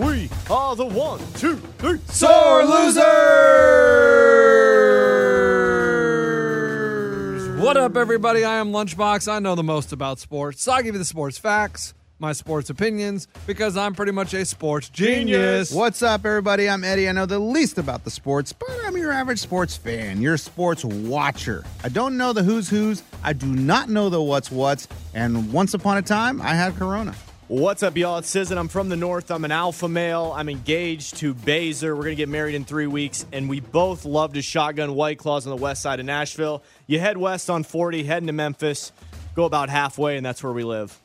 We are the one, two, three. Sore losers. What up, everybody? I am Lunchbox. I know the most about sports, so I give you the sports facts, my sports opinions, because I'm pretty much a sports genius. What's up, everybody? I'm Eddie. I know the least about the sports, but I'm your average sports fan, your sports watcher. I don't know the who's who's. I do not know the what's what's. And once upon a time, I had Corona. What's up, y'all? It's Sizzin. I'm from the north. I'm an alpha male. I'm engaged to Baser. We're going to get married in three weeks, and we both love to shotgun White Claws on the west side of Nashville. You head west on 40, heading to Memphis, go about halfway, and that's where we live.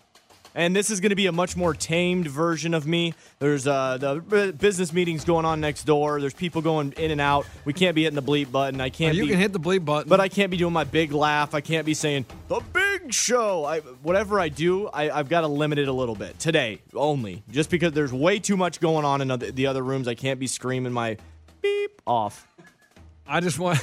And this is going to be a much more tamed version of me. There's uh, the b- business meetings going on next door. There's people going in and out. We can't be hitting the bleep button. I can't. You be, can hit the bleep button. but I can't be doing my big laugh. I can't be saying the big show. I, whatever I do, I, I've got to limit it a little bit today only, just because there's way too much going on in other, the other rooms. I can't be screaming my beep off. I just want,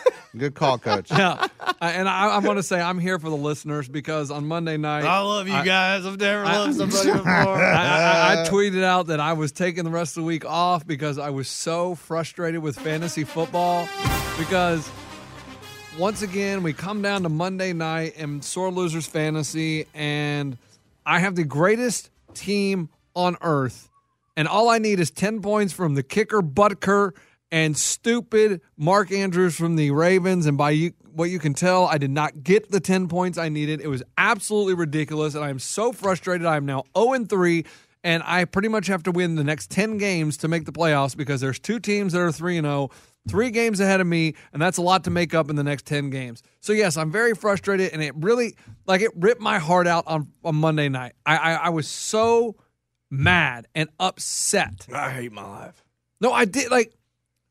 Good call, coach. yeah, I- and I, I want to say I'm here for the listeners because on Monday night I, love you guys. I've never loved somebody I, before. I- I tweeted out that I was taking the rest of the week off because I was so frustrated with fantasy football because once again we come down to Monday night and sore losers fantasy and I have the greatest team on earth and all I need is ten points from the kicker Butker and stupid Mark Andrews from the Ravens. And by you, what you can tell, I did not get the 10 points I needed. It was absolutely ridiculous. And I am so frustrated. I am now 0 3. And I pretty much have to win the next 10 games to make the playoffs because there's two teams that are 3 0, three games ahead of me. And that's a lot to make up in the next 10 games. So, yes, I'm very frustrated. And it really, like, it ripped my heart out on, on Monday night. I, I, I was so mad and upset. I hate my life. No, I did like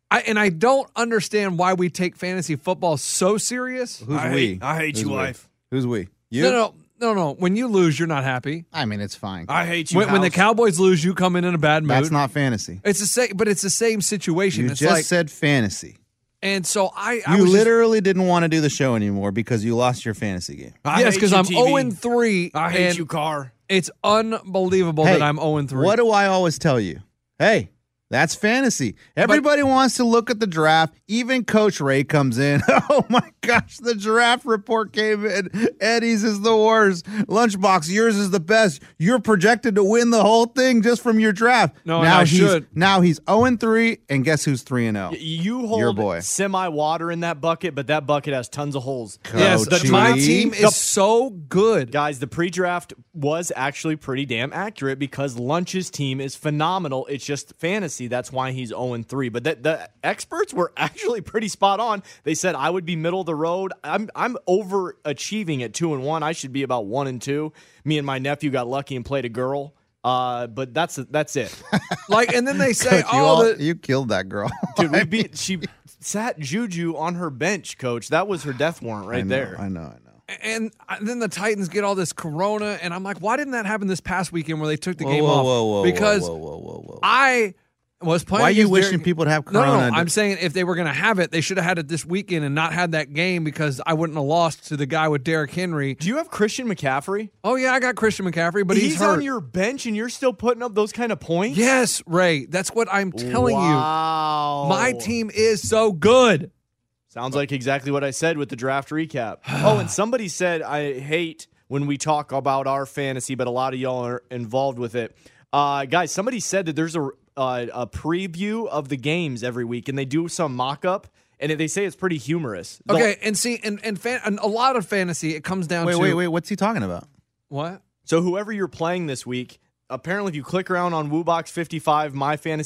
I and I don't understand why we take fantasy football so serious. Who's I we? hate- I hate Who's you, we? wife. Who's we? You? No, no, no, no. When you lose, you're not happy. I mean, it's fine. I hate you. When, when the house. Cowboys lose, you come in in a bad mood. That's not fantasy. It's the same, but it's the same situation. You it's just like, said fantasy. and so I, I You was just- literally didn't want to do the show anymore because you lost your fantasy game. I yes, hate because you, I'm TV. zero and three. I hate and you, car. It's unbelievable that I'm zero and three. What do I always tell you? Hey, that's fantasy. Everybody wants to look at the draft. Even Coach Ray comes in. Oh my gosh, the draft report came in. Eddie's is the worst. Lunchbox, yours is the best. You're projected to win the whole thing just from your draft. No, and now I he's should. now he's 0 and 3, and guess who's 3 and oh? 0? You hold Your boy. semi water in that bucket, but that bucket has tons of holes. Yes, Coach the, my Lee. team is The- so good. Guys, the pre draft was actually pretty damn accurate because Lunch's team is phenomenal. It's just fantasy. That's why he's 0 3. But that, the experts were actually pretty spot on. They said I would be middle of the road. I'm I'm overachieving at 2 and 1. I should be about 1 and 2. Me and my nephew got lucky and played a girl. Uh, but that's that's it, Like, and then they say, Coach, you, all all- the you killed that girl. dude. We beat. She sat Juju on her bench, coach. That was her death warrant I right know, there. I know, I know. and and then the Titans get all this corona, and I'm like, why didn't that happen this past weekend where they took the whoa, game whoa, off? Whoa, whoa, because whoa, whoa, whoa, whoa. I was playing. Why are you against wishing Derek- people to have No, corona? no, no, I'm saying if they were going to have it, they should have had it this weekend and not had that game because I wouldn't have lost to the guy with Derrick Henry. Do you have Christian McCaffrey? Oh yeah, I got Christian McCaffrey, but he's, he's hurt. on your bench, and you're still putting up those kind of points. yes, Ray. That's what I'm telling wow. you. My team is so good. Sounds like exactly what I said with the draft recap. oh, and somebody said I hate when we talk about our fantasy, but a lot of y'all are involved with it. Uh, guys, somebody said that there's a uh, a preview of the games every week, and they do some mock up, and they say it's pretty humorous. The- Okay, and see, and and, fan, and a lot of fantasy, it comes down wait, to wait, wait. What's he talking about? what? so whoever you're playing this week, apparently if you click around on WooBox55,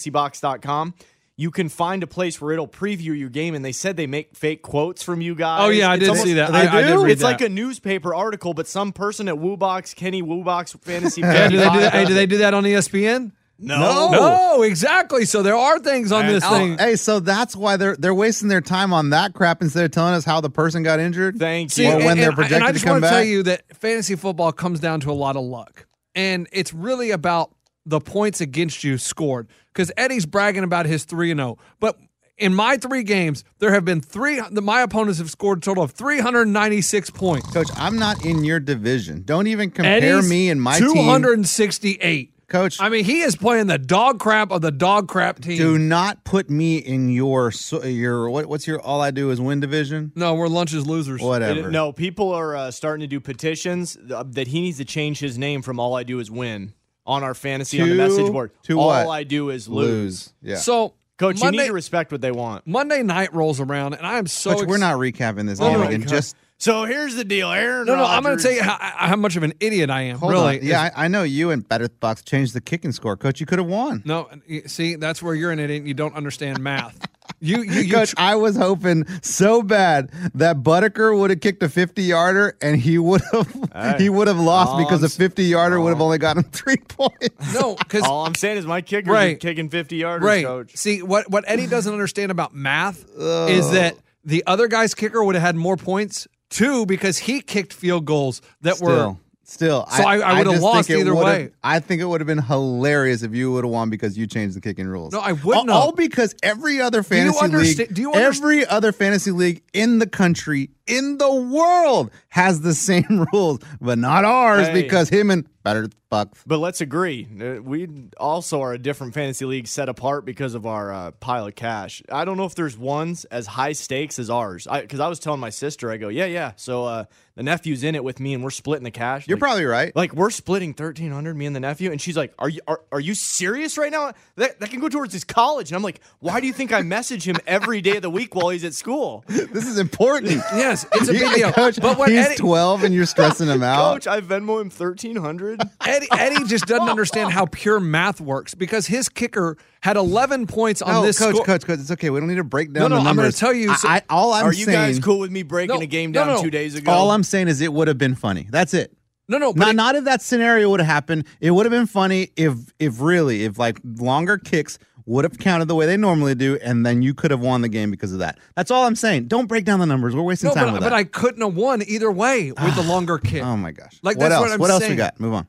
MyFantasyBox.com, you can find a place where it'll preview your game, and they said they make fake quotes from you guys. Oh yeah, I It's did almost- see that. they I, I did do? read it's like that. a newspaper article, but some person at WooBox, Kenny WooBox Fantasy. Yeah, do they do that? 55 Hey, do they do that on E ESPN? No. No, exactly. So there are things on this Oh, thing. hey, so that's why they're they're wasting their time on that crap instead of telling us how the person got injured. Thank See, you. Or and, when they're and I- and I projected to just come want to tell back. you that fantasy football comes down to a lot of luck, and it's really about the points against you scored. Because Eddie's bragging about his three and zero, but in my three games, there have been three. The, my opponents have scored a total of three hundred ninety six points. Coach, I'm not in your division. Don't even compare Eddie's me and my two team. hundred and sixty eight. Coach, I mean, he is playing the dog crap of the dog crap team. do not put me in your so- your what, what's your all I do is win division. No, we're lunches losers. Whatever. No, people are uh, starting to do petitions uh, that he needs to change his name from All I Do Is Win on our fantasy on the To- message board. to All what? I Do Is Lose. lose. Yeah. So, Coach, you Monday- need to respect what they want. Monday night rolls around, and I am so. Coach, we're ex- not recapping this Oh game my again. God. Just So here's the deal, Aaron. No, no, I'm going to Rodgers- tell you how, how much of an idiot I am. hold really? on. Yeah, I, I know you and Better Bucks changed the kicking score. Coach, you could have won. No, you- see, that's where you're an idiot. and You don't understand math. You, you, you Coach, tr- I was hoping so bad that Butker would have kicked a 50 yarder and he would have he would have lost All because I'm a s- 50 yarder would have only gotten three points. no, because All I'm saying is my kickers are Right. kicking 50 yarders, right. coach. See what what Eddie doesn't understand about math is that the other guy's kicker would have had more points too because he kicked field goals that were. Still, still, So I- I would've just think lost it either would've- way. I think it would have been hilarious if you would have won because you changed the kicking rules. No, I would all, not. All because every other fantasy league, understa- do you underst- every other fantasy league in the country, in the world, has the same rules, but not ours Hey. because him and Better Bucks. But let's agree, uh, we also are a different fantasy league set apart because of our uh, pile of cash. I don't know if there's ones as high stakes as ours. Because I, was telling my sister, I go, yeah, yeah. So uh, the nephew's in it with me, and we're splitting the cash. You're Like- probably right. Like we're splitting thirteen hundred, me and the nephew, and she's like, "Are you are, are you serious right now? That that can go towards his college." And I'm like, "Why do you think I message him every day of the week while he's at school?" This is important. Yes, it's a big Yeah, deal. Coach, but what he's Eddie, 12 and you're stressing him out. Coach, I Venmo him thirteen hundred. Eddie, Eddie just doesn't understand how pure math works because his kicker had 11 points on no, this coach, score. coach, coach, it's okay. We don't need to break down no, the I'm gonna numbers. tell you- I, so- I- all I'm Are you saying, guys cool with me breaking No, a game no, down no. two days ago? all I'm saying is it would have been funny. That's it. No, no, but Not, it- not if that scenario would have happened. It would have been funny if, if really, if like longer kicks would have counted the way they normally do, and then you could have won the game because of that. That's all I'm saying. Don't break down the numbers. We're wasting no, time but, with but I that. couldn't have won either way with the longer kick. oh my gosh! Like, what that's else? what I'm else we saying. got? Move on.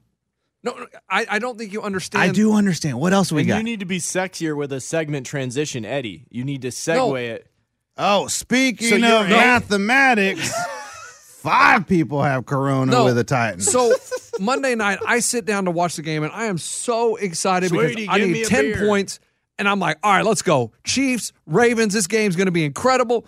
No, no, I, I don't think you understand. I do understand. What else we And got? you need to be sexier with a segment transition, Eddie. You need to segue No. it. Oh, speaking So you're of a- mathematics, five people have corona No. with the Titans. So Monday night, I sit down to watch the game, and I am so excited Sweetie, because I give need me a ten beer. points, and I'm like, all right, let's go, Chiefs, Ravens. This game's going to be incredible,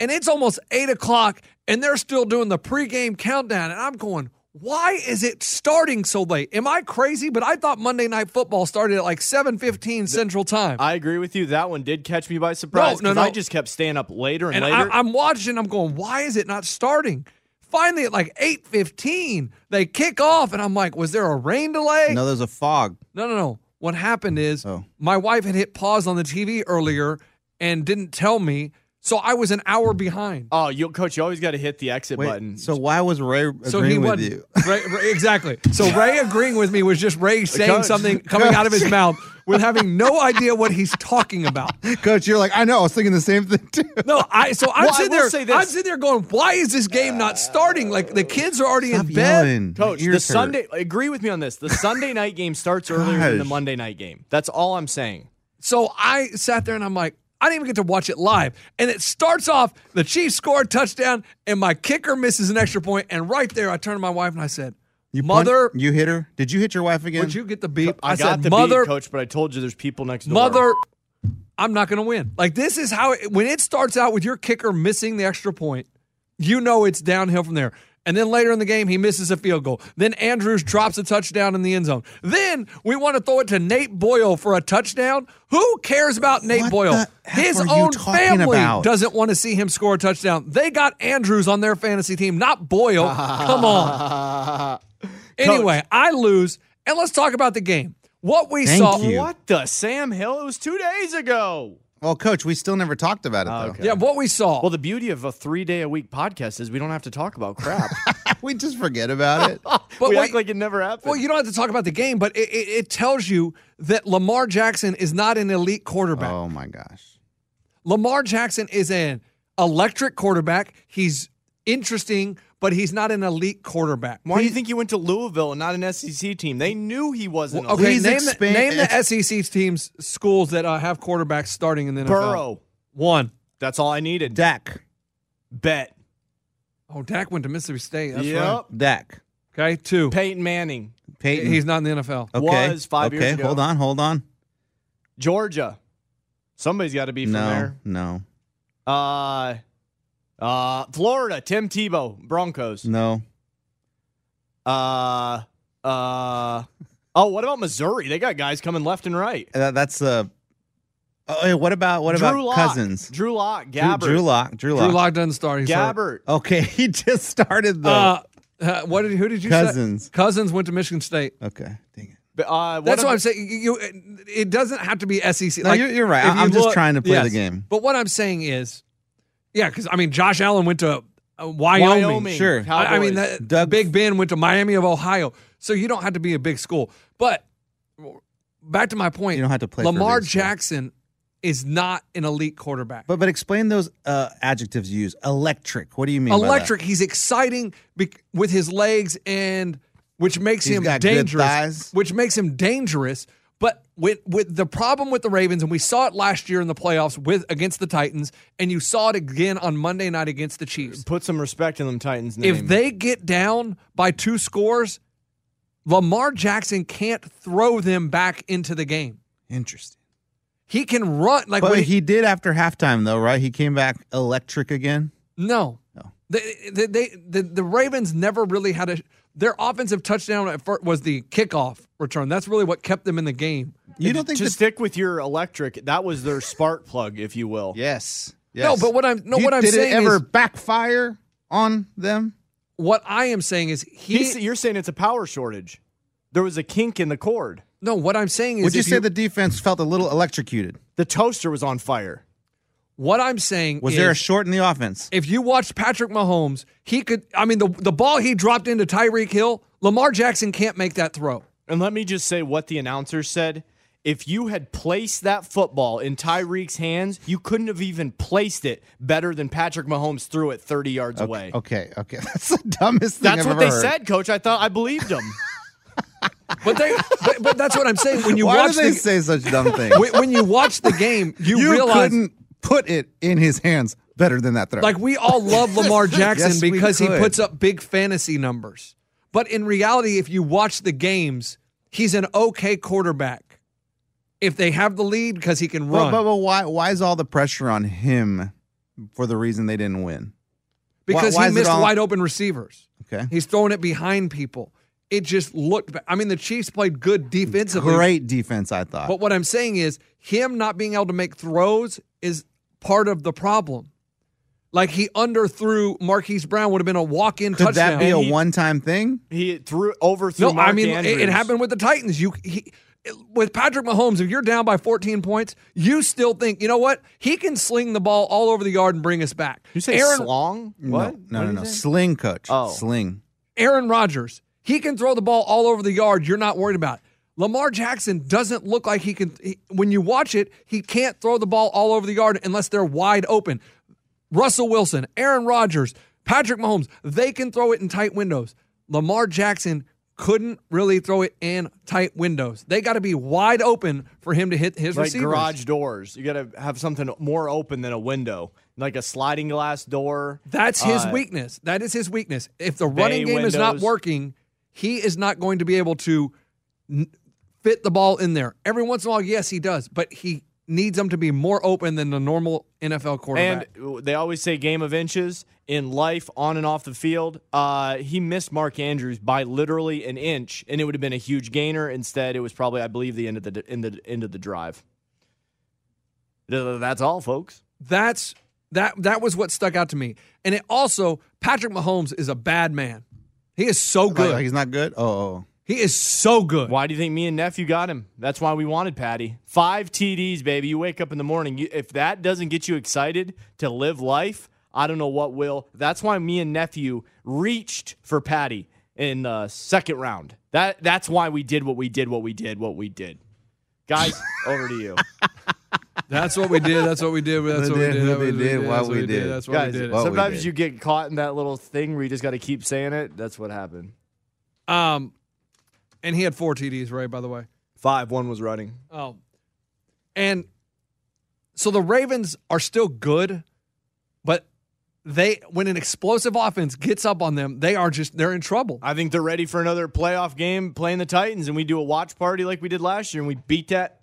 and it's almost eight o'clock, and they're still doing the pregame countdown, and I'm going. Why is it starting so late? Am I crazy? But I thought Monday Night Football started at like 7:15 Central Time. I agree with you. That one did catch me by surprise. No, no, 'cause no. I just kept staying up later and, and later. I, I'm watching. I'm going, why is it not starting? Finally, at like eight fifteen, they kick off, and I'm like, was there a rain delay? no, there's a fog. no, no. no. What happened is Oh. my wife had hit pause on the TV earlier and didn't tell me. So I was an hour behind. Oh, you coach, you always got to hit the exit Wait, button. So why was Ray agreeing with wasn't- you? Ray- Ray- exactly. So Ray agreeing with me was just Ray saying Coach. something coming out of his mouth with having no idea what he's talking about. Coach, you're like, I know. I was thinking the same thing too. No, I so I'm Well, I sitting will there. say this. I'm sitting there going, why is this game not starting? Like the kids are already Stop in bed. yelling. My Coach, the ears hurt. Sunday agree with me on this. The Sunday night game starts earlier than the Gosh. Monday night game. That's all I'm saying. So I sat there and I'm like, I didn't even get to watch it live. And it starts off, the Chiefs score a touchdown, and my kicker misses an extra point. And right there, I turned to my wife and I said, You punt- Mother, you hit her? Did you hit your wife again? would you get the beep? I, got said, the Mother, beat, coach, but I told you there's people next door. mother, I'm not going to win. Like, this is how, it, when it starts out with your kicker missing the extra point, you know it's downhill from there. And then later in the game, he misses a field goal. Then Andrews drops a touchdown in the end zone. Then we want to throw it to Nate Boyle for a touchdown. Who cares about Nate What Boyle? the F His are you own talking family about? doesn't want to see him score a touchdown. They got Andrews on their fantasy team, not Boyle. Come on. Anyway, I lose. And let's talk about the game. What we Thank saw. you. What the Sam Hill? It was two days ago. Well, Coach, we still never talked about it though. okay. Yeah, what we saw. Well, the beauty of a three day a week podcast is we don't have to talk about crap. we just forget about it. but we what- act like it never happened. Well, you don't have to talk about the game, but it, it, it tells you that Lamar Jackson is not an elite quarterback. oh my gosh. Lamar Jackson is an electric quarterback. He's interesting, but he's not an elite quarterback. Why do you think he went to Louisville and not an SEC team? They knew he wasn't. a- Okay, Please name, the, expand- name the E SEC teams schools that uh, have quarterbacks starting in the NFL. Burrow. one. That's all I needed. Dak. Bet. Oh, Dak went to Mississippi State. That's right. Dak. Okay, two. Peyton Manning. Peyton. He's not in the NFL. okay. was five years okay, ago. hold on, hold on. Georgia. Somebody's got to be from no, there. no, Uh, uh, Florida. Tim Tebow. Broncos. no. Uh, uh, oh, what about Missouri? They got guys coming left and right. That, that's uh. Oh, yeah, what about what Drew about Lock, cousins? Drew Lock. Drew, Gabbert. Drew Lock. Drew Lock. Drew Lock doesn't start. He's hurt. Gabbert. Okay, he just started the. Uh, uh, what did, who did you Cousins. say? Cousins went to Michigan State. okay, dang it. B- Uh, what That's what about- I'm saying. You, you- it doesn't have to be SEC. No, you're- you're right. if I- I'm just trying to play the game. But what I'm saying is, yeah, because I mean, Josh Allen went to uh, Wyoming. Wyoming. Sure. I, I mean, Cowboys. that, Doug- Big Ben went to Miami of Ohio. So you don't have to be a big school. But back to my point, You don't have to play for a Lamar big school. Jackson is not an elite quarterback. But but explain those uh, adjectives you use. Electric. What do you mean? by that? Electric. He's exciting bec- with his legs and which makes He's him got good dangerous. thighs. Which makes him dangerous. But with with the problem with the Ravens, and we saw it last year in the playoffs with against the Titans, and you saw it again on Monday night against the Chiefs. Put some respect in them Titans' name. If they get down by two scores, Lamar Jackson can't throw them back into the game. Interesting. He can run like But when he did after halftime though, right? He came back electric again. No. No. They, they, they, the, the Ravens never really had a. Their offensive touchdown at first was the kickoff return. That's really what kept them in the game. You don't think to that- stick with your electric, that was their spark plug, if you will. Yes. No, but what I'm no You- what I'm did saying it ever is backfire on them? what I am saying is he He's- you're saying it's a power shortage. There was a kink in the cord. no what I'm saying is Would you if say the defense felt a little electrocuted? The toaster was on fire. what I'm saying Was is, there a short in the offense? if you watched Patrick Mahomes he could I mean the the ball he dropped into Tyreek Hill Lamar Jackson can't make that throw And let me just say what the announcer said. If you had placed that football in Tyreek's hands, you couldn't have even placed it better than Patrick Mahomes threw it 30 yards away. Okay, okay, that's the dumbest thing. That's I've what ever they heard. said, coach. I thought I believed him. but they but, but that's what I'm saying when you Why watch do they the, say such dumb things? when, when you watch the game you, you realize couldn't put it in his hands better than that throw. Like we all love Lamar Jackson Yes, we because he could. puts up big fantasy numbers. But in reality, if you watch the games, he's an okay quarterback. If they have the lead because he can but, run. but, but why? Why is all the pressure on him for the reason they didn't win? because why he is it missed all- wide open receivers. Okay, He's throwing it behind people. It just looked ba- I mean the Chiefs played good defensively. great defense, I thought. But what I'm saying is him not being able to make throws is part of the problem. Like he underthrew Marquise Brown would have been a walk-in Could touchdown. that be a he- one-time thing? He threw overthrew. No, I Mark mean it, Andrews. it happened with the Titans. You he, with Patrick Mahomes, if you're down by 14 points, you still think, you know what? He can sling the ball all over the yard and bring us back. You say Aaron, Slong? What? No, What no, did no. you no. say? Sling coach. Oh. Sling. Aaron Rodgers, he can throw the ball all over the yard. You're not worried about. it. Lamar Jackson doesn't look like he can. he- when you watch it, he can't throw the ball all over the yard unless they're wide open. Russell Wilson, Aaron Rodgers, Patrick Mahomes, they can throw it in tight windows. Lamar Jackson couldn't really throw it in tight windows. They got to be wide open for him to hit his like receivers. garage doors. You got to have something more open than a window, like a sliding glass door. That's his Uh, weakness. That is his weakness. If the running game is not windows. working, he is not going to be able to n- fit the ball in there. Every once in a while, yes, he does, but he needs them to be more open than the normal NFL And uh, quarterback. they always say game of inches in life, on and off the field. Uh, he missed Mark Andrews by literally an inch, and it would have been a huge gainer. Instead, it was probably, I believe, the end of the end of the, end of the drive. Th- That's all, folks. That's that that was what stuck out to me. And it also Patrick Mahomes is a bad man. He is so Like, good. like he's not good. Oh, oh, he is so good. Why do you think me and nephew got him? That's why we wanted Patty. Five TDs, baby. You wake up in the morning. You, if that doesn't get you excited to live life, I don't know what will. That's why me and nephew reached for Patty in the second round. That that's why we did what we did, what we did, what we did. Guys, over to you. That's what we did. That's what we did. That's what we did. That's They what we did did. what That's what we we did. did. That's what we Guys, did. What we sometimes did. you get caught in that little thing where you just got to keep saying it. That's what happened. Um, and he had four TDs, right? By the way. Five, one was running. Oh. And so the Ravens are still good, but they when an explosive offense gets up on them, they are just they're in trouble. I think they're ready for another playoff game playing the Titans, and we do a watch party like we did last year, and we beat that.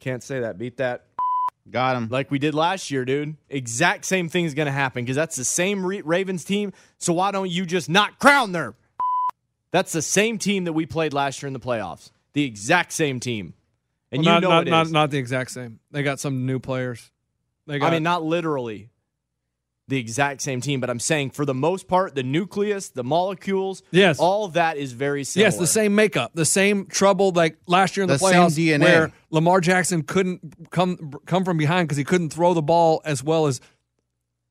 Can't say that. Beat that oh. Got him. like we did last year, dude. Exact same thing is going to happen because that's the same Re- Ravens team. So why don't you just not crown their? That's the same team that we played last year in the playoffs. The exact same team, and Well, you not, know not, it not, is. not the exact same. They got some new players. They got I mean, not literally the exact same team, but I'm saying for the most part, the nucleus, the molecules, Yes. all that is very similar. Yes, the same makeup, the same trouble like last year in the, The same playoffs DNA. where Lamar Jackson couldn't come come from behind because he couldn't throw the ball as well as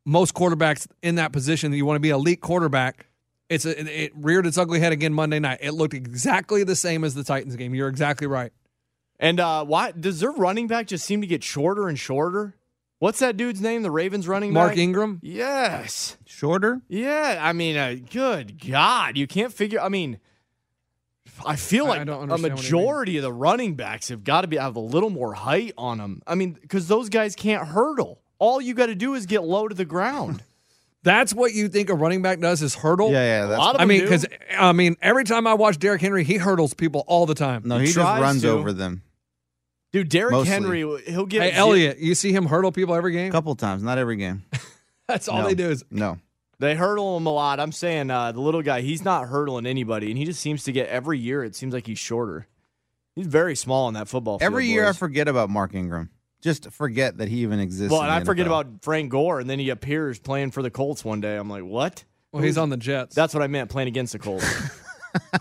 most quarterbacks in that position. You want to be elite quarterback. It's a, it, it reared its ugly head again Monday night. It looked exactly the same as the Titans game. You're exactly right. And uh, why does their running back just seem to get shorter and shorter? What's that dude's name? The Ravens running back. Mark Ingram. Yes. Shorter? Yeah. I mean, uh, good God, you can't figure. I mean, I feel I- I like don't a understand what you mean. majority of the running backs have got to be have a little more height on them. I mean, because those guys can't hurdle. All you got to do is get low to the ground. That's what you think a running back does is hurdle. Yeah, yeah. a That's, lot of I them mean, do. because I mean, every time I watch Derrick Henry, he hurdles people all the time. no, he just tries runs to. over them dude, Derrick mostly. Henry, he'll get Hey, zi- Elliot, you see him hurdle people every a game. couple times, not every game. That's all No. they do is No. They hurdle him a lot. I'm saying uh, the little guy, he's not hurdling anybody, and he just seems to get every year. It seems like he's shorter. He's very small in that football. Every field, year I boys. forget about Mark Ingram. Just forget that he even exists. Well, in and the I forget NFL. about Frank Gore, and then he appears playing for the Colts one day. I'm like, what? well, he's on the Jets. That's what I meant, playing against the Colts.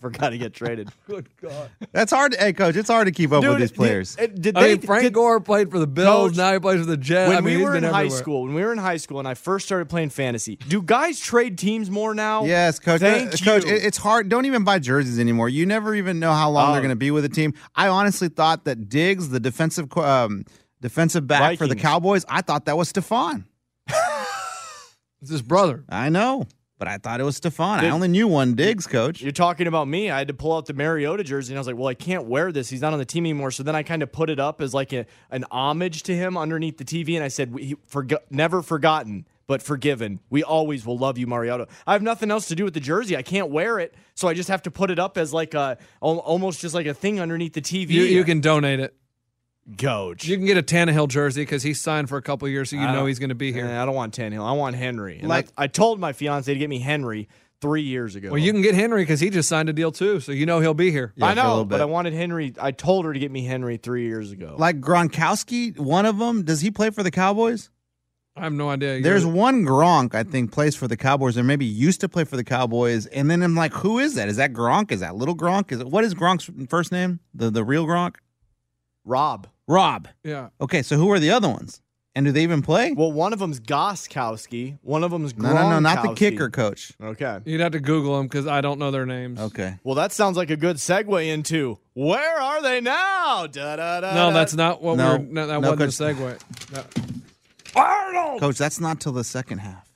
Forgot to get traded, Good God. That's hard. Hey, coach, it's hard to keep up with these did- players. uh, Did, I they? mean, Frank did- Gore played for the Bills. Coach, now he plays for the Jets. when I mean, we he's were in been high everywhere. school, when we were in high school, and I first started playing fantasy, do guys trade teams more now? Yes, coach. Thank Uh, coach, you. it- it's hard. Don't even buy jerseys anymore. You never even know how long Oh. they're going to be with a team. I honestly thought that Diggs, the defensive qu- um, defensive back for the Vikings. Cowboys, I thought that was Stephon. It's his brother. I know, but I thought it was Stephon. I Did- only knew one Diggs, coach. You're talking about me. I had to pull out the Mariota jersey, and I was like, "Well, I can't wear this. He's not on the team anymore." So then I kind of put it up as like a, an homage to him underneath the TV, and I said, we, he, forgo- "Never forgotten, but forgiven. We always will love you, Mariota." I have nothing else to do with the jersey. I can't wear it, so I just have to put it up as like a al- almost just like a thing underneath the TV. You, you can donate it. coach. You can get a Tannehill jersey because he's signed for a couple years, so you I know don't- he's going to be here. Eh, I don't want Tannehill. I want Henry. And Like- that's- I told my fiance to get me Henry three years ago. well, you can get Henry because he just signed a deal too, so you know he'll be here. Yeah, I for a know, little but bit. I wanted Henry. I told her to get me Henry three years ago. like Gronkowski, one of them. Does he play for the Cowboys? I have no idea. You're- There's one Gronk I think plays for the Cowboys or maybe used to play for the Cowboys, and then I'm like, who is that? Is that Gronk? Is that little Gronk? Is it, what is Gronk's first name? The the real Gronk? Rob. Rob. yeah. Okay, so who are the other ones? And do they even play? Well, one of them's Goskowski. One of them's no, no, no, not the Gronkowski. kicker coach. Okay. You'd have to Google them because I don't know their names. Okay. Well, that sounds like a good segue into where are they now? Da, da, da, No, da. that's not what No. we're. No, that No, wasn't a segue. No. Coach, that's not till the second half.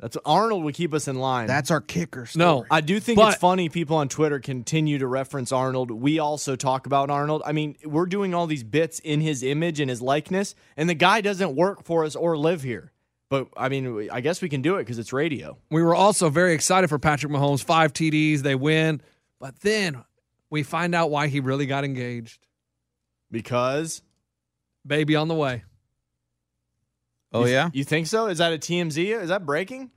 that's Arnold would keep us in line. That's our kicker. Story. No. I do think But- it's funny people on Twitter continue to reference Arnold. We also talk about Arnold. I mean, we're doing all these bits in his image and his likeness, and the guy doesn't work for us or live here. But I mean, I guess we can do it because it's radio. We were also very excited for Patrick Mahomes. Five TDs, they win. But then we find out why he really got engaged. Because Baby on the way. Oh yeah. you think so? Is that a TMZ? Is that breaking?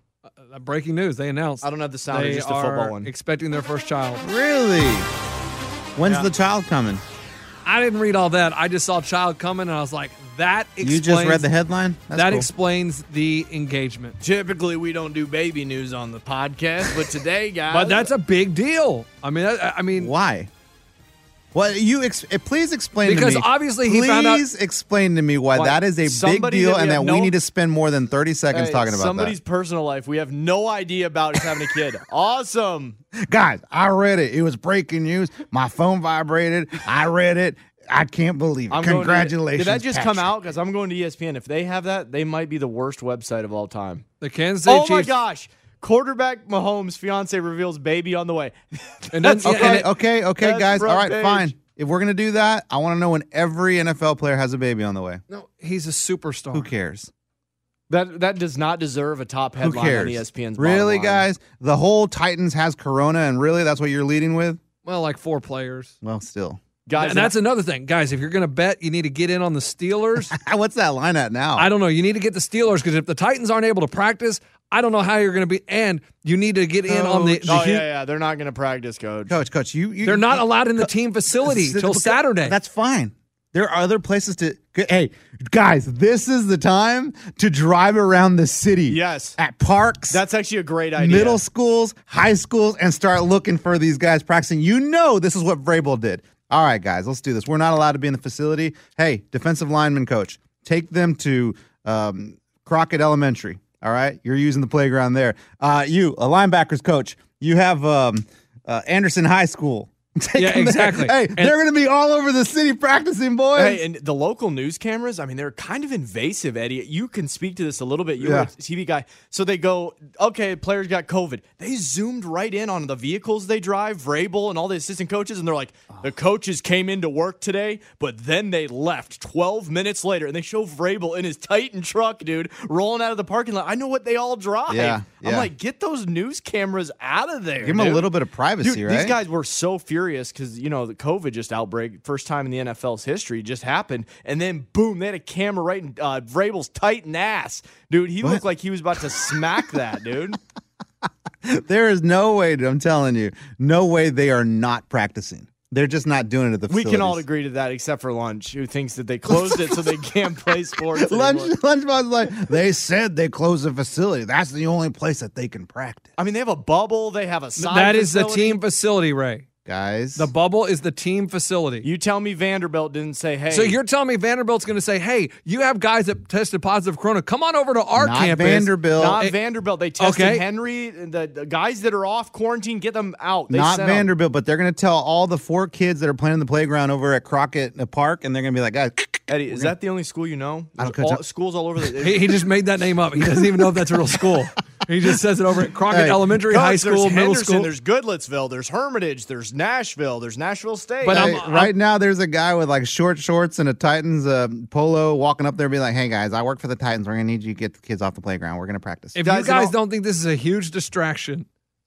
Uh, breaking news. They announced I don't have the sound. they It's just a are football one. expecting their first child. Really? When's Yeah. the child coming? I didn't read all that. I just saw child coming and I was like, that explains You just read the headline. that cool. explains the engagement. Typically, we don't do baby news on the podcast, but today, guys, But that's a big deal. I mean, I, I mean, Why? Well, you ex- eh, please explain to Because me- obviously he found out- Please explain to me why, Why? that is a big Somebody deal that we and have that no- we need to spend more than thirty seconds Hey, talking about somebody's personal life. We have no idea about is having a kid. awesome. that. Guys, I read it. It was breaking news. My phone vibrated. I read it. I can't believe it. I'm going to- Congratulations. Did that just come Patrick. out? Because I'm going to E ESPN. If they have that, they might be the worst website of all time. the Kansas City Oh my Chiefs. gosh. Quarterback Mahomes' fiance reveals baby on the way. And then, Okay, and it- okay, okay, That's guys. All front right, page. fine. If we're gonna do that, I want to know when every NFL player has a baby on the way. no, he's a superstar. Who cares? That that does not deserve a top Who headline on E cares? ESPN's. bottom really, line. guys? The whole Titans has corona, and really, that's what you're leading with? Well, like four players. Well, still. Guys, and that's another thing, guys. If you're going to bet, you need to get in on the Steelers. What's that line at now? I don't know. You need to get the Steelers because if the Titans aren't able to practice, I don't know how you're going to be. And you need to get in on the. the Oh heat. yeah, yeah. They're not going to practice, coach. Coach, coach, you, you They're not allowed in the team facility It's- till because- Saturday. That's fine. There are other places to. Hey, guys, this is the time to drive around the city. Yes. at parks. That's actually a great idea. middle schools, high schools, and start looking for these guys practicing. You know, this is what Vrabel did. All right, guys, let's do this. We're not allowed to be in the facility. Hey, defensive lineman coach, take them to um, Crockett Elementary. All right, you're using the playground there. Uh, you, a linebackers coach, you have um, uh, Anderson High School. Take Yeah, them there. exactly. Hey, And- they're going to be all over the city practicing, boys. Hey, and the local news cameras, I mean, they're kind of invasive, Eddie. You can speak to this a little bit. You're Yeah. a TV guy. So they go, okay, players got COVID. They zoomed right in on the vehicles they drive, Vrabel and all the assistant coaches, and they're like, Ah. the coaches came into work today, but then they left 12 minutes later, and they show Vrabel in his Titan truck, dude, rolling out of the parking lot. I know what they all drive. Yeah, I'm yeah. like, get those news cameras out of there. Give them a dude." little bit of privacy, Dude, right? These guys were so furious because you know the COVID just outbreak, first time in the NFL's history, just happened, and then boom, they had a camera right in uh, Vrabel's Titan ass, dude. He looked like he was about to smack that, dude. There is no way, I'm telling you, no way they are not practicing. They're just not doing it at the We can all facilities. agree to that, except for Lunch, who thinks that they closed it so they can't play sports. Lunch, anymore. Lunchbox is like, they said they closed the facility. That's the only place that they can practice. I mean, they have a bubble, they have a side that is the facility. team facility, Ray. Guys, The bubble is the team facility. You tell me Vanderbilt didn't say, "Hey, so you're telling me Vanderbilt's going to say, "Hey, you have guys that tested positive for corona. Come on over to our not campus." Vanderbilt. not it- Vanderbilt." They tested Okay. Henry, the, the guys that are off quarantine, get them out. They not sent 'em. Vanderbilt, but they're going to tell all the four kids that are playing in the playground over at Crockett uh, Park, and they're going to be like, guys, Eddie, is that the only school you know? I don't- There's all- I- schools all over the. He, he just made that name up. He doesn't even know if that's a real school. He just says it over at Crockett Hey, Elementary, Coach, High School, there's Middle Henderson, School. There's Goodlettsville. There's Hermitage. There's Nashville. There's Nashville State. But Hey, I'm- I'm- right now, there's a guy with like short shorts and a Titans uh, polo walking up there, and be like, "Hey guys, I work for the Titans. We're gonna need you to get the kids off the playground. We're gonna practice." If Guys, you it guys all- don't think this is a huge distraction,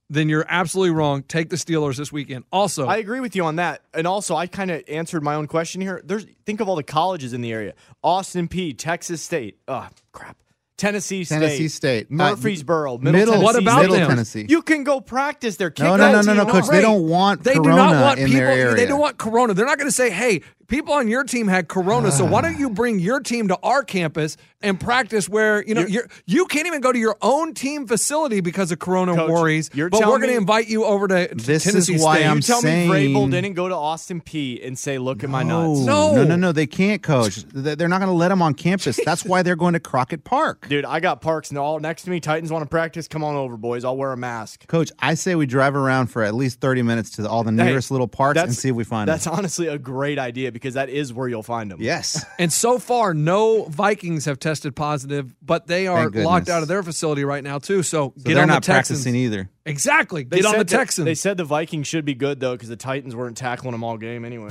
then you're absolutely wrong. Take the Steelers this weekend. Also, I agree with you on that. And also, I kind of answered my own question here. There's think of all the colleges in the area: Austin P, Texas State. Oh crap. Tennessee State, Tennessee State. Uh, Murfreesboro, Middle, Middle- Tennessee. What about State. them? Tennessee. You can go practice there. Kick No, that no, no, to no, you no, know, coach. They right? don't want they do corona not want in people. their area. They don't want corona. They're not going to say, "Hey, people on your team had corona, Uh, so why don't you bring your team to our campus and practice where you know you're, you you can not even go to your own team facility because of corona Coach, worries. you're but we're telling going to me- invite you over to, to This is Tennessee why State. I'm You tell saying- me Vrabel didn't go to Austin P and say, "Look at my nuts." No. no, no, no. They can't coach. They- They're not going to let them on campus. That's why they're going to Crockett Park. Dude, I got Parks and all next to me. Titans want to practice. Come on over, boys. I'll wear a mask. Coach, I say we drive around for at least 30 minutes to the, all the Hey, nearest little parks and that's- see if we find That's them. honestly a great idea because that is where you'll find them. Yes. And so far, no Vikings have tested positive, but they are Thank locked goodness. out of their facility right now too. So, So get they're on not the Texans. practicing either. Exactly. They Get on said the that- Texans. They said the Vikings should be good though because the Titans weren't tackling them all game anyway.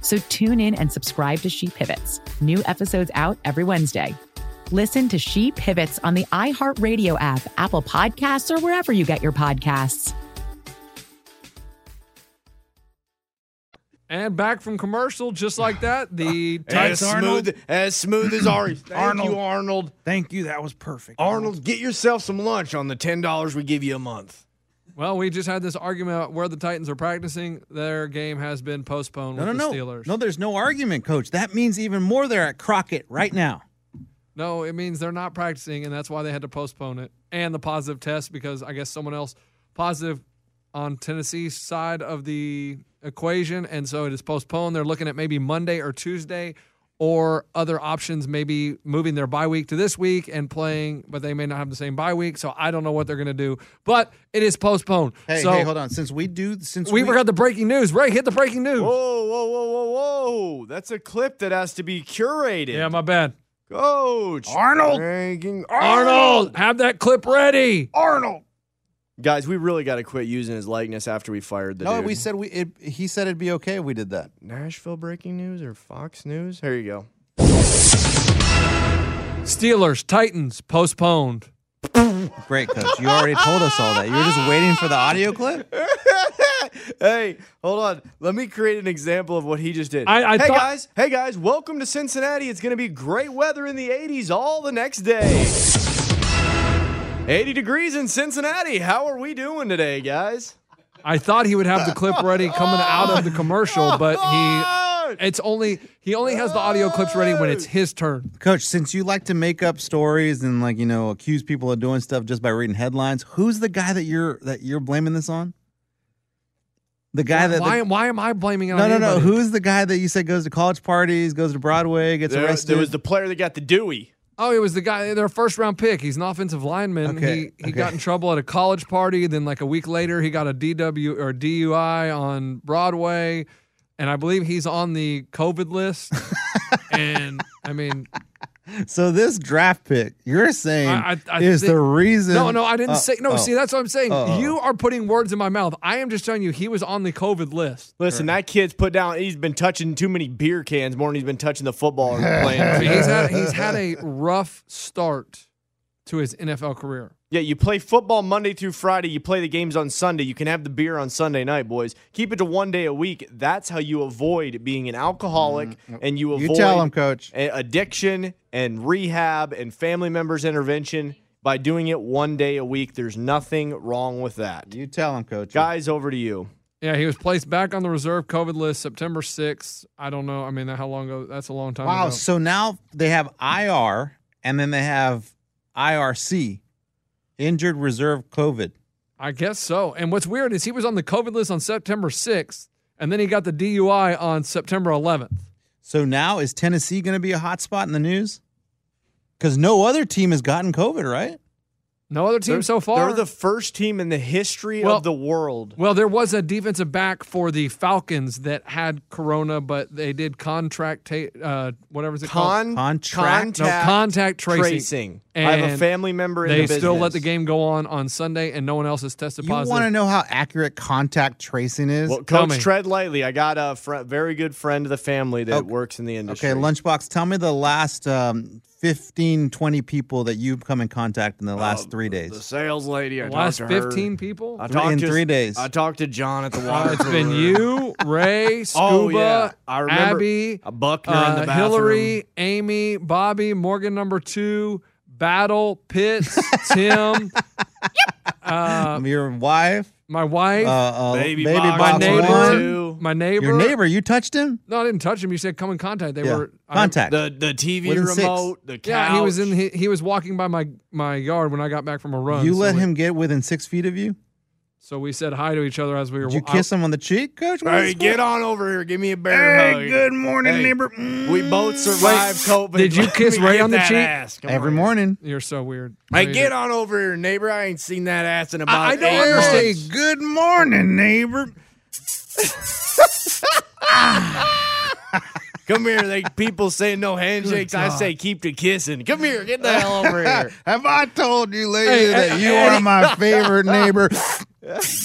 So tune in and subscribe to She Pivots, new episodes out every Wednesday. Listen to She Pivots on the iHeartRadio app, Apple Podcasts, or wherever you get your podcasts. and back from commercial, just like that, the Titans. as smooth as smooth as Ari. Thank Arnold. Oh. you, Arnold. Thank you. That was perfect. Arnold, get yourself some lunch on the ten dollars we give you a month. Well, we just had this argument about where the Titans are practicing. Their game has been postponed No, no, with no. the Steelers. No, there's no argument, coach. That means even more they're at Crockett right now. No, it means they're not practicing, and that's why they had to postpone it. And the positive test because I guess someone else positive on Tennessee's side of the equation, and so it is postponed. They're looking at maybe Monday or Tuesday, or other options, maybe moving their bye week to this week and playing, but they may not have the same bye week. So I don't know what they're going to do, but it is postponed. Hey, so hey, hold on. Since we do, since We forgot the breaking news. Ray, hit the breaking news. Whoa, whoa, whoa, whoa, whoa! That's a clip that has to be curated. Yeah, my bad. coach Arnold. Ranking- Arnold, have that clip ready. Arnold. Guys, we really got to quit using his likeness after we fired the No, dude. we said we. It, he said it'd be okay if we did that. Nashville breaking news or Fox News. Here you go. Steelers, Titans, postponed. Great, coach. You already told us all that. You were just waiting for the audio clip. hey, hold on. Let me create an example of what he just did. I- I hey thought- guys, hey guys, welcome to Cincinnati. It's going to be great weather in the 80s all the next day. 80 degrees in Cincinnati. How are we doing today, guys? I thought he would have the clip ready coming out of the commercial, but he it's only he only has the audio clips ready when it's his turn. Coach, since you like to make up stories and like you know accuse people of doing stuff just by reading headlines, who's the guy that you're that you're blaming this on? The guy that why the- why am I blaming it no on no no anybody? who's the guy that you said goes to college parties, goes to Broadway, gets There, arrested? there was the player that got the Dewey. Oh, it was the guy their first round pick. He's an offensive lineman. Okay, He he okay. got in trouble at a college party, then like a week later he got a DW or DUI on Broadway, and I believe he's on the COVID list. and I mean so this draft pick you're saying I- I- I is thi- the reason? No, no, I didn't Oh, say. No, oh. see, that's what I'm saying. Oh, oh. You are putting words in my mouth. I am just telling you, he was on the COVID list. Listen, that kid's put down. He's been touching too many beer cans more than he's been touching the football and playing. I mean, he's had he's had a rough start to his NFL career. Yeah, you play football Monday through Friday. You play the games on Sunday. You can have the beer on Sunday night, boys. Keep it to one day a week. That's how you avoid being an alcoholic and you Mm, You avoid tell 'em, Coach. a- addiction and rehab and family members intervention by doing it one day a week. There's nothing wrong with that. You tell him, Coach. Guys, over to you. Yeah, he was placed back on the reserve COVID list September 6th. I don't know. I mean, how long ago? That's a long time Wow. ago. So now they have IR and then they have IRC, injured reserve COVID. I guess so. And what's weird is he was on the COVID list on September 6th, and then he got the DUI on September 11th. So now is Tennessee going to be a hot spot in the news? Because no other team has gotten COVID, right? No other team They're- so far. They're the first team in the history Well- of the world. Well, there was a defensive back for the Falcons that had corona, but they did contract ta- uh whatever's it Con, called contact, no, contact tracing. I have a And family member in They the business. still let the game go on on Sunday, and no one else has tested You positive. want to know how accurate contact tracing is? Well, Tell Coach, me. tread lightly. I got a fr- very good friend of the family that Okay. works in the industry. okay, Lunchbox, tell me the last um, 15, 20 people that you've come in contact in the Oh, last Oh, three The days. sales lady. I Last talked to her. 15 people? I Three- talked in to- three days. I talked to John at the Uh, water. it's been you, cooler. Ray, Scuba, Oh, yeah. I remember Abby, a Buckner in the uh, bathroom. Hillary, Amy, Bobby, Morgan number two, Battle, Pitts, Tim, uh, Your wife, my wife, uh, uh, Baby baby, box box, my one, neighbor, two. my neighbor. Your neighbor, you touched him? No, I didn't touch him. You said come in contact. They yeah. were I- Contact. The the TV Within six. remote. The couch. yeah, he was in. He, he was walking by my my yard when I got back from a run. you so let we- him get within six feet of you? So we said hi to each other as we were. Did you I- kiss him on the cheek, Coach? What Hey, is- get on over here. Give me a bear hug. Hey, good morning, Hey, neighbor. We both survived COVID. Mm. did you Let kiss me Ray get on the that cheek? ass. Come every on. morning. Oh, You're so weird. Hey, No, you get didn't. on over here, neighbor. I ain't seen that ass in about. I- I don't eight understand. months. Hey, good morning, neighbor. Come here. They people say no handshakes. I say keep the kissing. Come here. Get the hell over here. Have I told you lately Hey, that hey, you hey. are my favorite neighbor?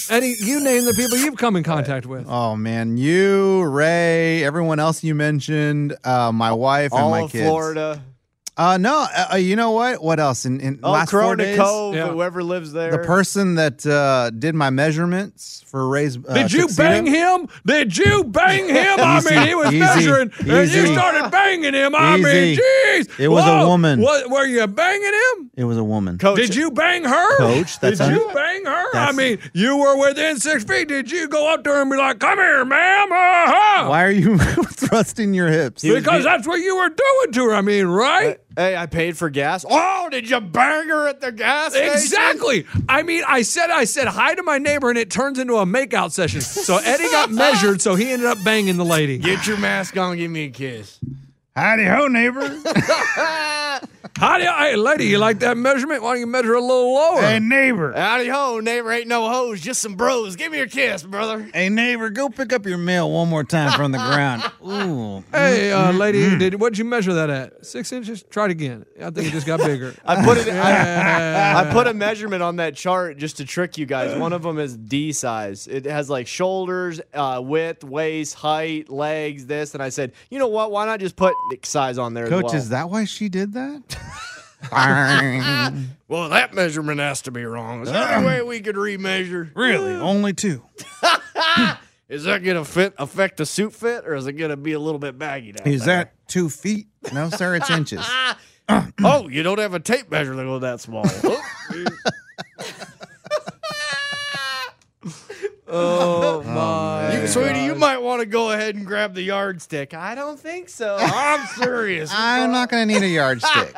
Eddie, you name the people you've come in contact with. Oh man, you, Ray, everyone else you mentioned, uh, my wife and All my of kids. Florida. Uh, no, uh, uh, you know what? What else? In, in Oh, last four Corona days, Cove. Yeah. Whoever lives there. the person that uh, did my measurements for Ray's. Uh, Did you tuxedo- bang him? Did you bang him? I Easy, mean, he was easy, measuring, and you easy. started banging him. I mean, Easy. jeez. It was a Whoa. woman. What, were you banging him? It was a woman. Coach, Did you bang her? Coach, that's Did un- you bang her? I that's- mean, you were within six feet. Did you go up to her and be like, come here, ma'am? Uh-huh. Why are you thrusting your hips? Because that's what you were doing to her. I mean, right? Hey, I paid for gas. Oh, did you bang her at the gas station? Exactly. I mean, I said I said hi to my neighbor, and it turns into a makeout session. So Eddie got measured, so he ended up banging the lady. Get your mask on. Give me a kiss. Howdy ho, neighbor. How do you, hey, lady, you like that measurement? Why don't you measure a little lower? neighbor. Howdy ho, neighbor. Ain't no hoes, just some bros. Give me a kiss, brother. Hey neighbor, go pick up your mail one more time from the ground. Ooh. hey, uh, lady, did what'd you measure that at? Six inches? Try it again. I think it just got bigger. I put it. Yeah. I, I put a measurement on that chart just to trick you guys. One of them is D size. It has like shoulders, uh, width, waist, height, legs, this. And I said, you know what? Why not just put dick size on there? Coach, as well? is that why she did that? Well, that measurement has to be wrong. Is there any way we could remeasure? really? Only two. Is that gonna fit affect the suit fit, or is it gonna be a little bit baggy down Is there? that two feet? No, sir, it's inches. Oh, you don't have a tape measure that goes that small. oh You- my! sweetie, you might want to go ahead and grab the yardstick. I don't think so. I'm serious. I'm not going to need a yardstick.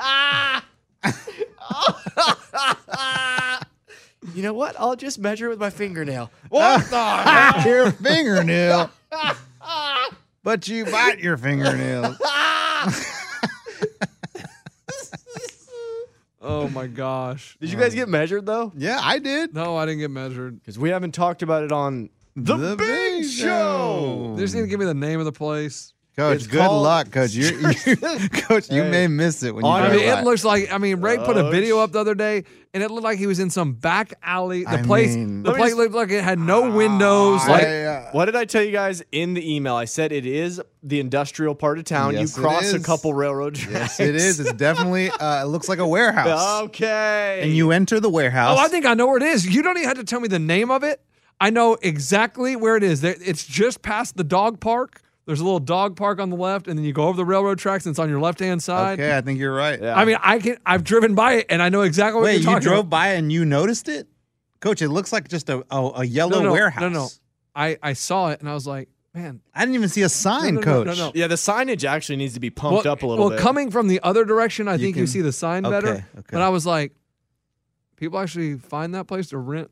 You know what? I'll just measure it with my fingernail. What the hell? your fingernail. But you bite your fingernail. Oh my gosh! Did you guys get measured though? Yeah, I did. No, I didn't get measured. Because we haven't talked about it on the, Big, Show. They just need to give me the name of the place. Coach, It's good called- luck, Coach. You, you, Coach, you Hey. may miss it when you Oh, I I drive mean, by. it looks like. I mean, Ray put a video up the other day, and it looked like he was in some back alley. The I place, mean- the Let me place just- looked like it had no windows. What, Like uh, what did I tell you guys in the email? I said it is the industrial part of town. Yes, you it cross a is. couple railroad tracks. Yes, it is. It's definitely. Uh, it looks like a warehouse. Okay. And you enter the warehouse. Oh, I think I know where it is. You don't even have to tell me the name of it. I know exactly where it is. There- It's just past the dog park. There's a little dog park on the left, and then you go over the railroad tracks, and it's on your left hand side. Okay, I think you're right. I mean, I can. I've driven by it, and I know exactly what Wait, you're you talking drove about. by and you noticed it, Coach? It looks like just a a, a yellow no, no, warehouse. No, no, I I saw it, and I was like, man. I didn't even see a sign, no, no, Coach. no, no. Yeah, the signage actually needs to be pumped well, up a little well, bit. coming from the other direction, I You think you can- see the sign Okay, better. okay. But I was like, people actually find that place to rent.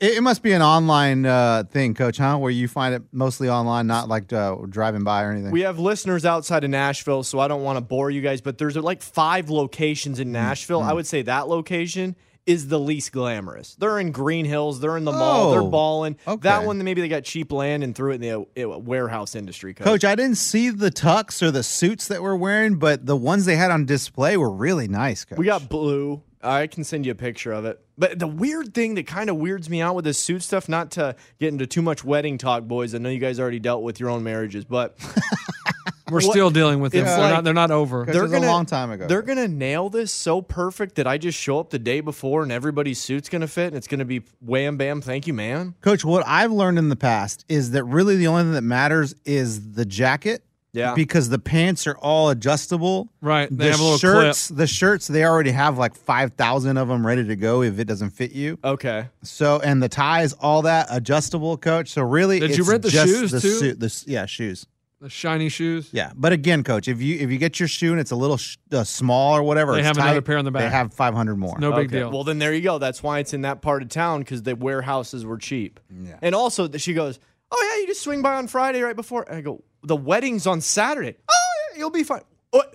It, it must be an online uh, thing, Coach, huh? Where you find it mostly online, not like uh, driving by or anything. We have listeners outside of Nashville, so I don't want to bore you guys, but there's uh, like five locations Mm, in Nashville. I would say that location is the least glamorous. They're in Green Hills, they're in the mall, they're Oh, balling. That okay. one, maybe they got cheap land and threw it in the uh, it- warehouse industry. Coach. Coach, I didn't see the tux or the suits that we're wearing, but the ones they had on display were really nice, Coach. we got blue. I can send you a picture of it. But the weird thing that kind of weirds me out with this suit stuff, not to get into too much wedding talk, boys. I know you guys already dealt with your own marriages, but We're still dealing with them. It's They're, like- not, they're not over. Coach, it was a long time ago. They're gonna nail this so perfect that I just show up the day before and everybody's suit's gonna fit and it's gonna be wham bam. Thank you, man. Coach, what I've learned in the past is that really the only thing that matters is the jacket. Yeah. Because the pants are all adjustable. Right. They the have a little clip. shirts, the shirts, they already have like 5,000 of them ready to go if it doesn't fit you. Okay. So, and the ties, all that adjustable, coach. So, really, Did you it's rent the just shoes, the too? Suit, the, s- yeah, shoes. The shiny shoes. Yeah, but again, coach, if you if you get your shoe and it's a little sh- uh, small or whatever, They it's have another tight, pair in the They back. have five hundred more. no big Okay. deal. Well, then there you go. That's why it's in that part of town because the warehouses were cheap. Yeah. And also, th- she goes, "Oh yeah, you just swing by on Friday right before." And I go, "The wedding's on Saturday. Oh yeah, you'll be fine. What?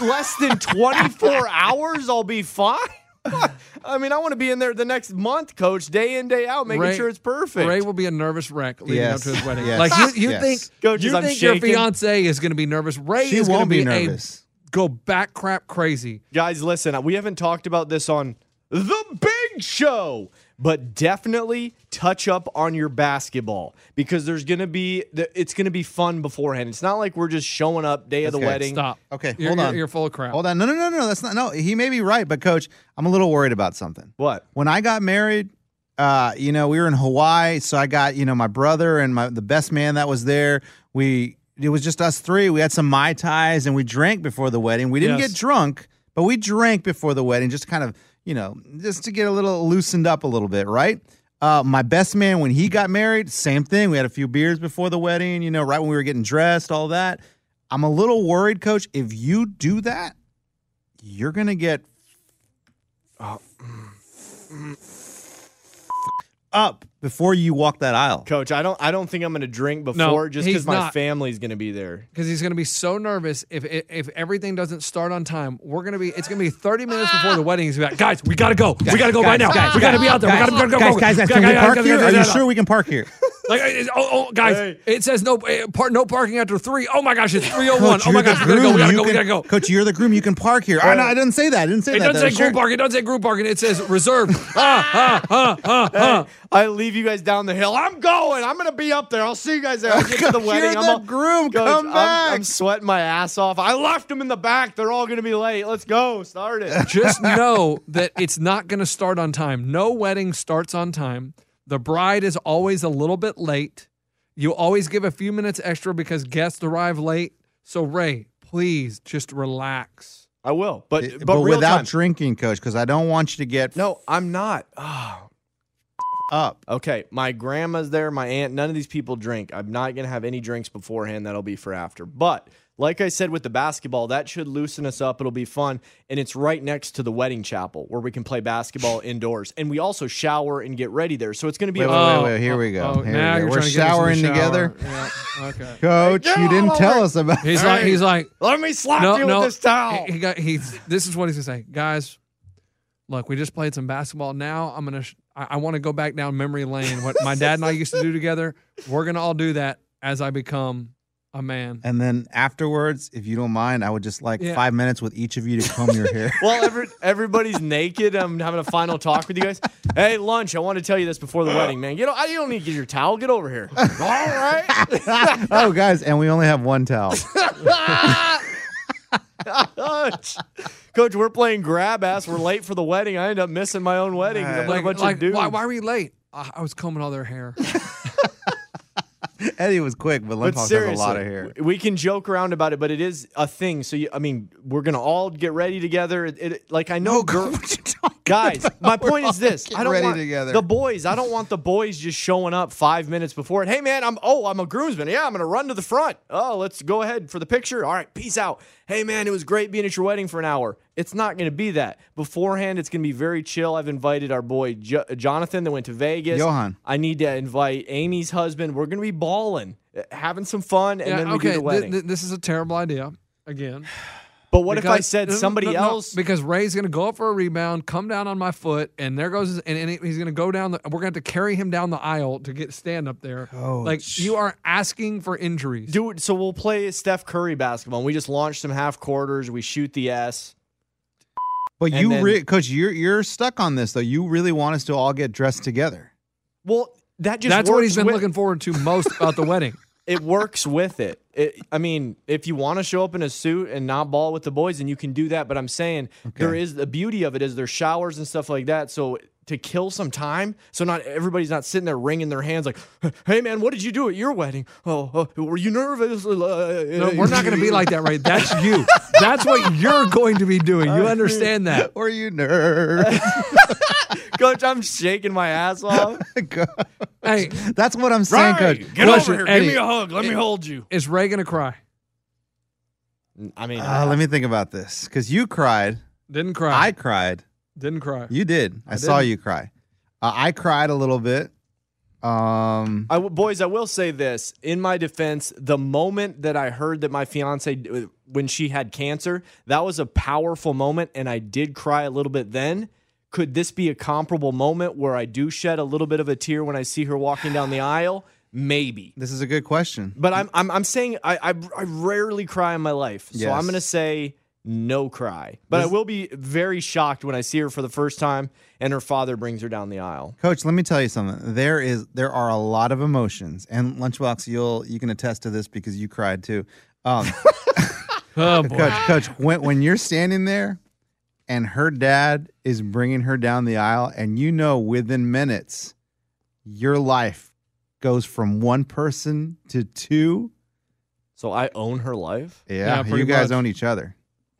Less than twenty four hours, I'll be fine." What? I mean, I want to be in there the next month, coach, day in, day out, making Ray- sure it's perfect. Ray will be a nervous wreck leading Yes. up to his wedding. Yes. Like you, you Yes. think Coaches, you I'm think your shaking. fiance is going to be nervous. Ray She is going to won't be, be a nervous. go back crap crazy. Guys, listen, we haven't talked about this on the big show, but definitely touch up on your basketball because there's going to be the- it's going to be fun beforehand. It's not like we're just showing up day of the Okay, wedding. Stop. Okay, You're, hold you're- on. you're full of crap. Hold on, no, no, no, no, that's not. No, he may be right, but coach, I'm a little worried about something. What? When I got married, uh, you know, we were in Hawaii, so I got you know my brother and my the best man that was there. We it was just us three. We had some mai tais and we drank before the wedding. We didn't Yes. get drunk, but we drank before the wedding, just kind of you know just to get a little loosened up a little bit, right? Uh, my best man when he got married, same thing. We had a few beers before the wedding, you know, right when we were getting dressed, all that. I'm a little worried, coach. If you do that, you're gonna get Uh, up before you walk that aisle. Coach, I don't I don't think I'm going to drink No, before just he's cuz my not. family's going to be there. Because he's going to be so nervous if if if everything doesn't start on time. We're going to be it's going to be 30 minutes before the wedding. He's gonna be like, guys, we got to go. we got to go Ah! Guys, right now. guys, we got to be out there. Guys, we got to go. guys, go, guys, guys, go, can go, we go, park go, here? go, Are go, you go. sure we can park here? Like, it's- oh, oh, guys, Hey. it says no eh, par, no parking after three. Oh my gosh, it's 301. Coach, Oh my you're the gosh, we got to go. groom. We got to You go. We can- got to go. Coach, you're the groom. You can park here. I, no, I didn't say that. I didn't say It that. doesn't though. say Sure. group parking. It doesn't say group parking. It says reserved. ah, ah, ah, ah, ah. I leave you guys down the hill. I'm going. I'm going to be up there. I'll see you guys there. I'll get to the Coach, wedding. You're I'm the all- groom. Coach, Come I'm- back. I'm sweating my ass off. I left them in the back. They're all going to be late. Let's go. Start it. Just know that it's not going to start on time. No wedding starts on time. The bride is always a little bit late. You always give a few minutes extra because guests arrive late. So Ray, please just relax. I will, but It- but, but real without time. drinking, coach, because I don't want you to get no, I'm not. Oh, up. okay, my grandma's there, my aunt. None of these people drink. I'm not gonna have any drinks beforehand. That'll be for after. But like I said with the basketball, that should loosen us up. It'll be fun, and it's right next to the wedding chapel where we can play basketball indoors, and we also shower and get ready there. So it's gonna be Wait, a wait, wait, wait. Here we go. Here we now go. you're We're trying to get us in the showering shower. together. Yeah, okay. Coach, Yeah, you didn't I'm tell alright. us about He's like he's like Let me slap no you no. with this towel. He, he got he's this is what he's gonna say, guys. Look, we just played some basketball. Now I'm gonna sh- I, I want to go back down memory lane. What my dad and I used to do together. We're gonna all do that as I become a man. And then afterwards, if you don't mind, I would just like Yeah. five minutes with each of you to comb your hair. Well, every, everybody's naked. I'm having a final talk with you guys. Hey, lunch. I want to tell you this before the wedding, man. You know, I you don't need to get your towel. Get over here. All right. oh, guys, and we only have one towel. Coach. Coach, we're playing grab ass. We're late for the wedding. I end up missing my own wedding. 'cause I'm with a bunch of dudes. why, why were you late? I, I was combing all their hair. Eddie was quick, but Limpox has a lot of hair. w- We can joke around about it, but it is a thing. So you, I mean, we're gonna all get ready together. It, it- like I know, girl- guys. My point is this: Get I don't ready want together. the boys. I don't want the boys just showing up five minutes before it. Hey, man, I'm oh, I'm a groomsman. Yeah, I'm gonna run to the front. Oh, let's go ahead for the picture. All right, peace out. Hey, man, it was great being at your wedding for an hour. It's not gonna be that beforehand. It's gonna be very chill. I've invited our boy jo- Jonathan that went to Vegas. Johan. I need to invite Amy's husband. We're gonna be balling, uh, having some fun, and Yeah, then we okay, do the thi- wedding. thi- this is a terrible idea. Again. but what if I Because- said no, no, somebody no, no, else? because Ray's going to go up for a rebound, come down on my foot, and there goes, his, and, and he's going to go down. The, we're going to have to carry him down the aisle to get stand up there. Oh, Like you are asking for injuries. Dude, so we'll play Steph Curry basketball. And we just launch some half quarters. We shoot the S. But And you, then- re- coach, you're you're stuck on this though. You really want us to all get dressed together. Well, that just That's what he's works been with- looking forward to most about the wedding. It works with it. it. I mean, if you want to show up in a suit and not ball with the boys, then you can do that. But I'm saying there is the beauty of it is there's showers and stuff like that. So to kill some time, so not everybody's not sitting there wringing their hands like, "Hey man, what did you do at your wedding? Oh, oh were you nervous?" uh, No, we're not going to be like that, Ray. That's you. That's what you're going to be doing. You understand that? Or you nerd. Coach, I'm shaking my ass off. Hey, That's what I'm saying, Ray, coach. get Question, over here. Eddie. Give me a hug. Let me It- hold you. is Ray going to cry? I mean, Uh, let me think about this because you cried, Didn't cry. I cried, Didn't cry. you did. I, I saw didn't. you cry. Uh, I cried a little bit. Um, I w- boys, I will say this in my defense: the moment that I heard that my fiance, d- when she had cancer, that was a powerful moment, and I did cry a little bit then. Could this be a comparable moment where I do shed a little bit of a tear when I see her walking down the aisle? Maybe. this is a good question. But I'm I'm, I'm saying I, I I rarely cry in my life, so Yes. I'm gonna say no cry. But I This- will be very shocked when I see her for the first time, and her father brings her down the aisle. Coach, let me tell you something. There is there are a lot of emotions, and Lunchbox, you'll you can attest to this because you cried too. Um, Oh boy. coach, coach, when when you're standing there, and her dad is bringing her down the aisle, and you know within minutes, your life goes from one person to two. So I own her life. Yeah, Yeah, you pretty guys much. own each other.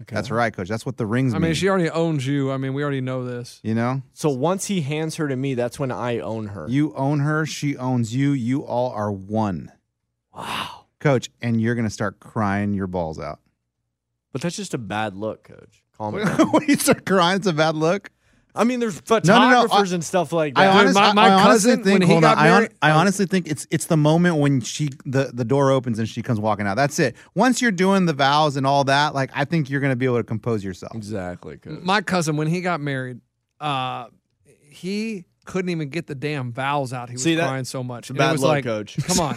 That's right, coach. That's what the rings I mean. mean, she already owns you. I mean, we already know this. you know, So once he hands her to me, that's when I own her. you own her, she owns you. You all are one. Wow, coach, and you're gonna start crying your balls out. but that's just a bad look, coach. Calm it down. when you start crying, it's a bad look. I mean, there's no, no, photographers and stuff like that. I, Dude, honest, my- I- my I honestly cousin, think. when he hold on, got I, hon- married- I honestly think it's it's the moment when she the the door opens and she comes walking out. That's it. Once you're doing the vows and all that, like I think you're gonna be able to compose yourself. exactly, coach. My cousin, when he got married, uh, he couldn't even get the damn vowels out. He was See, that- crying so much. a And bad it was look, like, coach. Come on.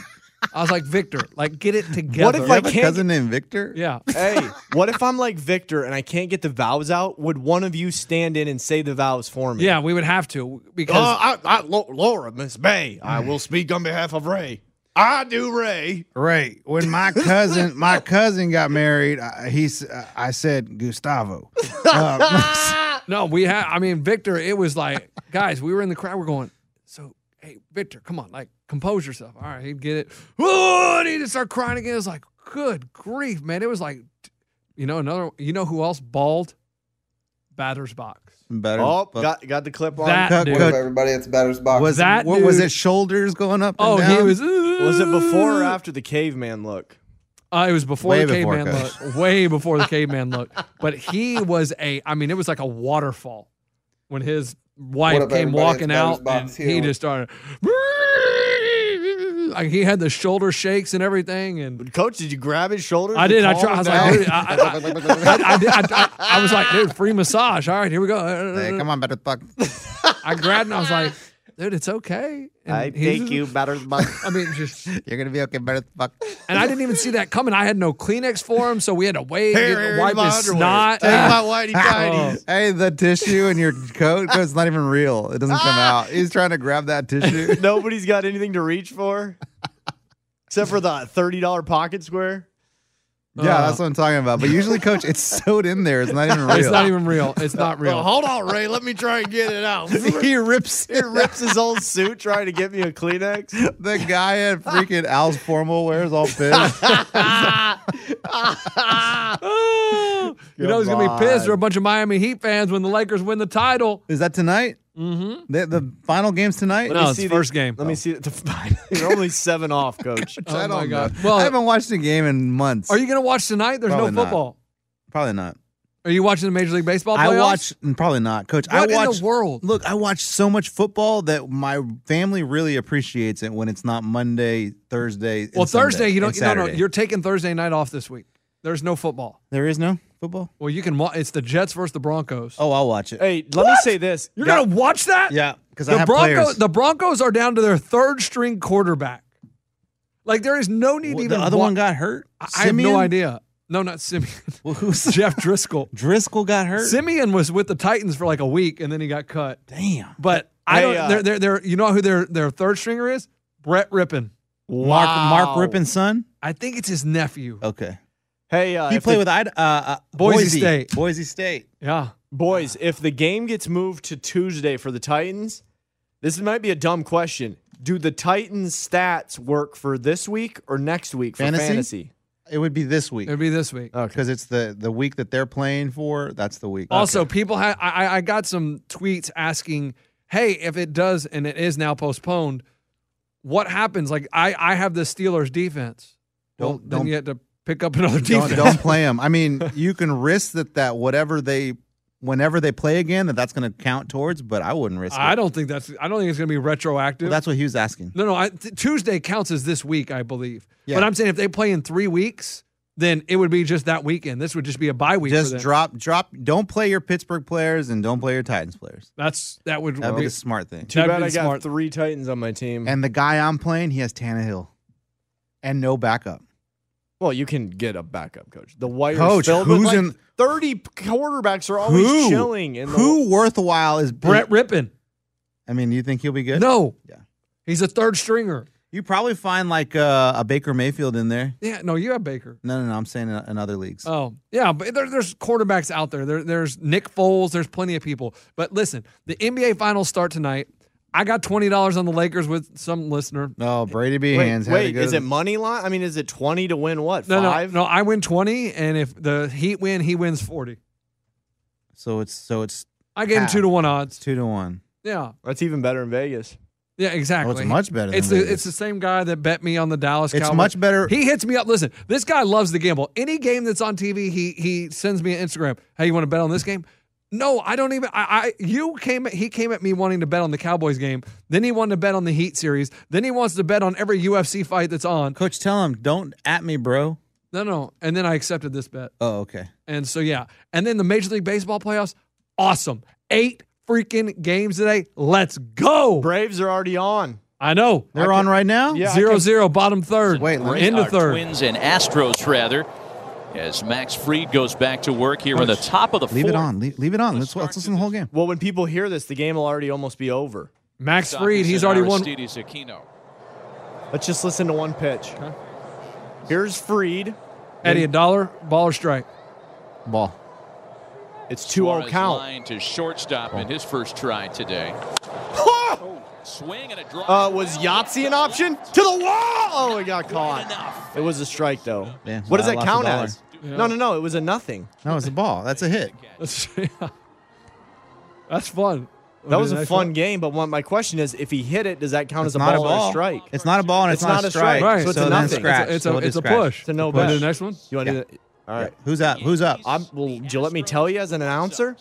I was like, Victor, like, get it together. What if You I have a can't cousin named Victor? Yeah. hey, what if I'm like Victor and I can't get the vows out? Would one of you stand in and say the vows for me? Yeah, we would have to because Uh, I, I, Lo- Laura, Miss Bay, I will speak on behalf of Ray. I do Ray. Right. When my cousin my cousin got married, I, he's uh, I said Gustavo. Uh, no, we had. I mean, Victor, it was like, guys, we were in the crowd. We're going, so hey, Victor, come on, like, compose yourself. All right, he'd get it. Oh, and he'd just start crying again. It was like, good grief, man. It was like, you know, another. You know who else bald? Batters box. better. Oh, but- got, got the clip on. That Cut, dude. cut. everybody. It's Batter's Box. was that What was dude- it? Shoulders going up? and Oh, he down? was. was it before or after the caveman look? Uh, it was before Way the before, caveman Coach. look. Way before the caveman look. But he was a. I mean, it was like a waterfall when his What wife up, came everybody? walking It's Batter's out, and Box he here. just started. Like he had the shoulder shakes and everything, and Coach, did you grab his shoulder? I did. I tried. I was like, dude, I, I, I, I, did- I, I, I was like, dude, free massage. All right, here we go. Uh, Hey, come on, better fuck. I grabbed and I was like, dude, it's okay. And I he's- thank you, better fuck. I mean, just you're gonna be okay, better fuck. And I didn't even see that coming. I had no Kleenex for him, so we had to wait, Here, get- here's wipe my his underwear. snot. Take Ah. my whitey tighties. Hey, the tissue in your coat, it's not even real. It doesn't come out. He's trying to grab that tissue. Nobody's got anything to reach for except for the $30 pocket square. Yeah, that's what I'm talking about. But usually, coach, it's sewed in there. It's not even real. Uh. It's not even real. It's not real. Well, hold on, Ray. Let me try and get it out. he rips He rips his old suit trying to get me a Kleenex. The guy at freaking Al's formal wear is all pissed. you know he's gonna be Goodbye. pissed. There are a bunch of Miami Heat fans when the Lakers win the title. Is that tonight? Mm-hmm. The, the final game's tonight. No, it's first game. Let me see. The, you're only seven off, coach. I Oh don't my know. god. I Well, haven't watched a game in months. are you gonna watch tonight? There's Probably no not. football. Probably not. Are you watching the Major League Baseball playoffs? I watch mm, probably not, Coach. What I in the watch world? Look, I watch so much football that my family really appreciates it when it's not Monday, Thursday. and Well, Sunday, Thursday you and don't. No, no, Saturday. you're taking Thursday night off this week. There's no football. There is no football. Well, you can. wa- It's the Jets versus the Broncos. Oh, I'll watch it. Hey, let me say this. You're Yeah. gonna watch that? Yeah, because I The have Broncos. players. The Broncos are down to their third string quarterback. Like there is no need Well, to the even. other wa- one got hurt. I I have no Simeon? idea. No, not Simeon. Well, who's Jeff Driscoll. Driscoll got hurt? Simeon was with the Titans for like a week and then he got cut. Damn. But I Hey, don't. uh, they're, they're, they're, you know who their their third stringer is? Brett Rippin. Mark Wow. Mark Rippin's son. I think it's his nephew. Okay. Hey, uh, He if played the- with Ida, uh, uh, Boise State. Boise State. Yeah. boys. If the game gets moved to Tuesday for the Titans, this might be a dumb question. Do the Titans stats work for this week or next week for Fantasy? fantasy? It would be this week It'd be this week. because it's the the week that they're playing for. That's the week. Also, people ha- I, I- I got some tweets asking, "Hey, if it does and it is now postponed, what happens?" Like I, I have the Steelers defense. Well, Don't- then don't- you had to pick up another don't, defense. don't play them. I mean, you can risk that that whatever they, whenever they play again, that that's going to count towards. But I wouldn't risk. I it. don't think that's. I don't think it's going to be retroactive. Well, that's what he was asking. no, no. I, th- Tuesday counts as this week, I believe. Yeah. But I'm saying if they play in three weeks, then it would be just that weekend. This would just be a bye week. for Just them. drop, drop. Don't play your Pittsburgh players and don't play your Titans players. That's that would That'd be, be the smart thing. Too That'd bad be I got smart. three Titans on my team. And the guy I'm playing, he has Tannehill, and no backup. well, you can get a backup coach. The wire Coach, filled with who's like in- thirty quarterbacks are always who, chilling. In the- who worthwhile is Brett Rippin. I mean, you think he'll be good? No. Yeah. He's a third stringer. You probably find like uh, a Baker Mayfield in there. Yeah. No, you have Baker. No, no, no. I'm saying in, in other leagugues. Oh, yeah, but there, there's quarterbacks out there. there. There's Nick Foles. There's plenty of people. But listen, the NBA Finals start tonight. I got twenty dollars on the Lakers with some listener. no, Brady B. Wait, Hands. had to wait go is to- it money line? I mean, is it twenty to win what? No, five? no, no. I win twenty, and if the Heat win, he wins forty. So it's so it's I gave him Half. two to one it's odds. two to one. Yeah, That's even better in Vegas. yeah, exactly. Oh, it's much better. Than It's the, Vegas. it's the same guy that bet me on the Dallas. It's Cowboys. much better- He hits me up. Listen, this guy loves the gamble. Any game that's on TV, he he sends me an Instagram. Hey, you want to bet on this game? No, I don't even. I, I you came. He came at me wanting to bet on the Cowboys game. Then he wanted to bet on the Heat series. Then he wants to bet on every UFC fight that's on. Coach, tell him don't at me, bro. No, no. And then I accepted this bet. Oh, okay. And so yeah. And then the Major League Baseball playoffs. Awesome. Eight freaking games today. Let's go. Braves are already on. I know. They're on right now. Yeah, I Zero can- zero, bottom third. Wait, let me- into third. Twins and Astros, rather, as Max Fried goes back to work here in the top of the Leave it fourth. on. Leave, leave it on. Let's, let's listen to the whole game. Well, when people hear this, the game will already almost be over. Max Freed, he's already won. Aristides Aquino. Let's just listen to one pitch. Here's Freed. Eddie, a dollar, ball or strike? Ball. It's 2 0 Suarez count. Line to shortstop in his first try today. Swing and a drive. Oh! Uh, was Yahtzee an option? To the wall! Oh, it got caught. Enough. It was a strike, though. Yeah, what does I that lost a count dollar. as? No, no, no. It was a nothing. No, it's a ball. That's a hit. That's, yeah. That's fun. That was a fun game, but one, my question is if he hit it, does that count It's as a not ball, a ball. or a strike? It's not a ball and It's it's, not, not a a strike. Right, strike. So so it's a then nothing. scratch. It's a- So it's a is scratch. push. It's a no Want to do bet. the next one? You want Yeah. to do that? All right. Yeah. Who's up? Who's up? I'm, well, do you let me tell you as an announcer?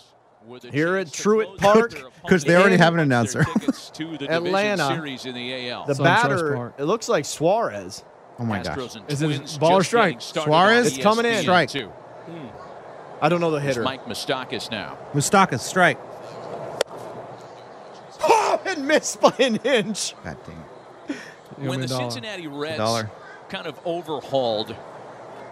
Here at Truett Park, Because they already in have an announcer. Tickets to the division Atlanta. series in the AL. the Suntrust batter, Park. it looks like Suarez. Oh my gosh. Astros and Is it Twins ball or just getting strike? started Suarez? on E It's coming in. ESPN Strike. two. I don't know the It's hitter. Mike Mostakis now. Mustakas, strike. Oh, didn't miss by an inch. God damn You owe when me a the dollar. Cincinnati Reds Dollar. kind of overhauled.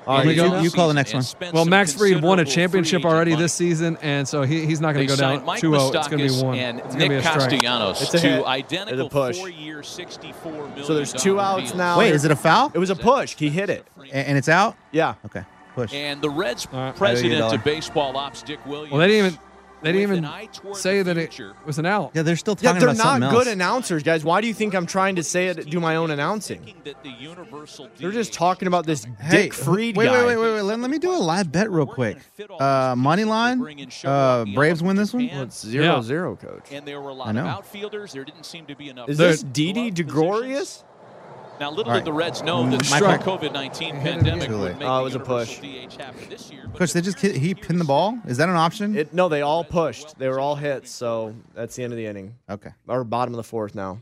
All right, the you- offseason you call the next and one. spent Well, some Max Freed won a considerable free championship agent already money. this season, and so he, he's not They going to go signed down Mike 2 0. It's going to Mostakis be 1. and It's gonna Nick be a strike. Castellanos It's a hit. to It's a identical push. four-year, sixty-four million. So there's two dollar outs deal. now. Wait, is it a foul? It was a push. He hit it. A- And it's out? Yeah. Okay. Push. And the Reds right. I owe you a president dollar. of baseball ops, Dick Williams. Well, they didn't even, they with didn't an eye even say that it was an out. Yeah, they're still Yeah, they're not good announcers, guys. Why do you think I'm trying to say it? Do my own announcing. that the universal They're just talking about this Hey, Dick Freed wait, guy. Wait, wait, wait, wait. Let, let me do a live bet real quick. Uh, money line. Uh, Braves win this one. It's zero zero, coach. And there were a lot I of know. outfielders. There didn't seem to be enough. Is this Didi DeGrorius? Now, little did All right. Mm, the Reds know that Michael. the COVID 19 pandemic Too would late. make Oh, the it was a universal push. DH happen this year. Coach, they just hit, he pinned the ball. Is that an option? It, no, they all pushed. They were all hit, so that's the end of the inning. Okay. Or bottom of the fourth now.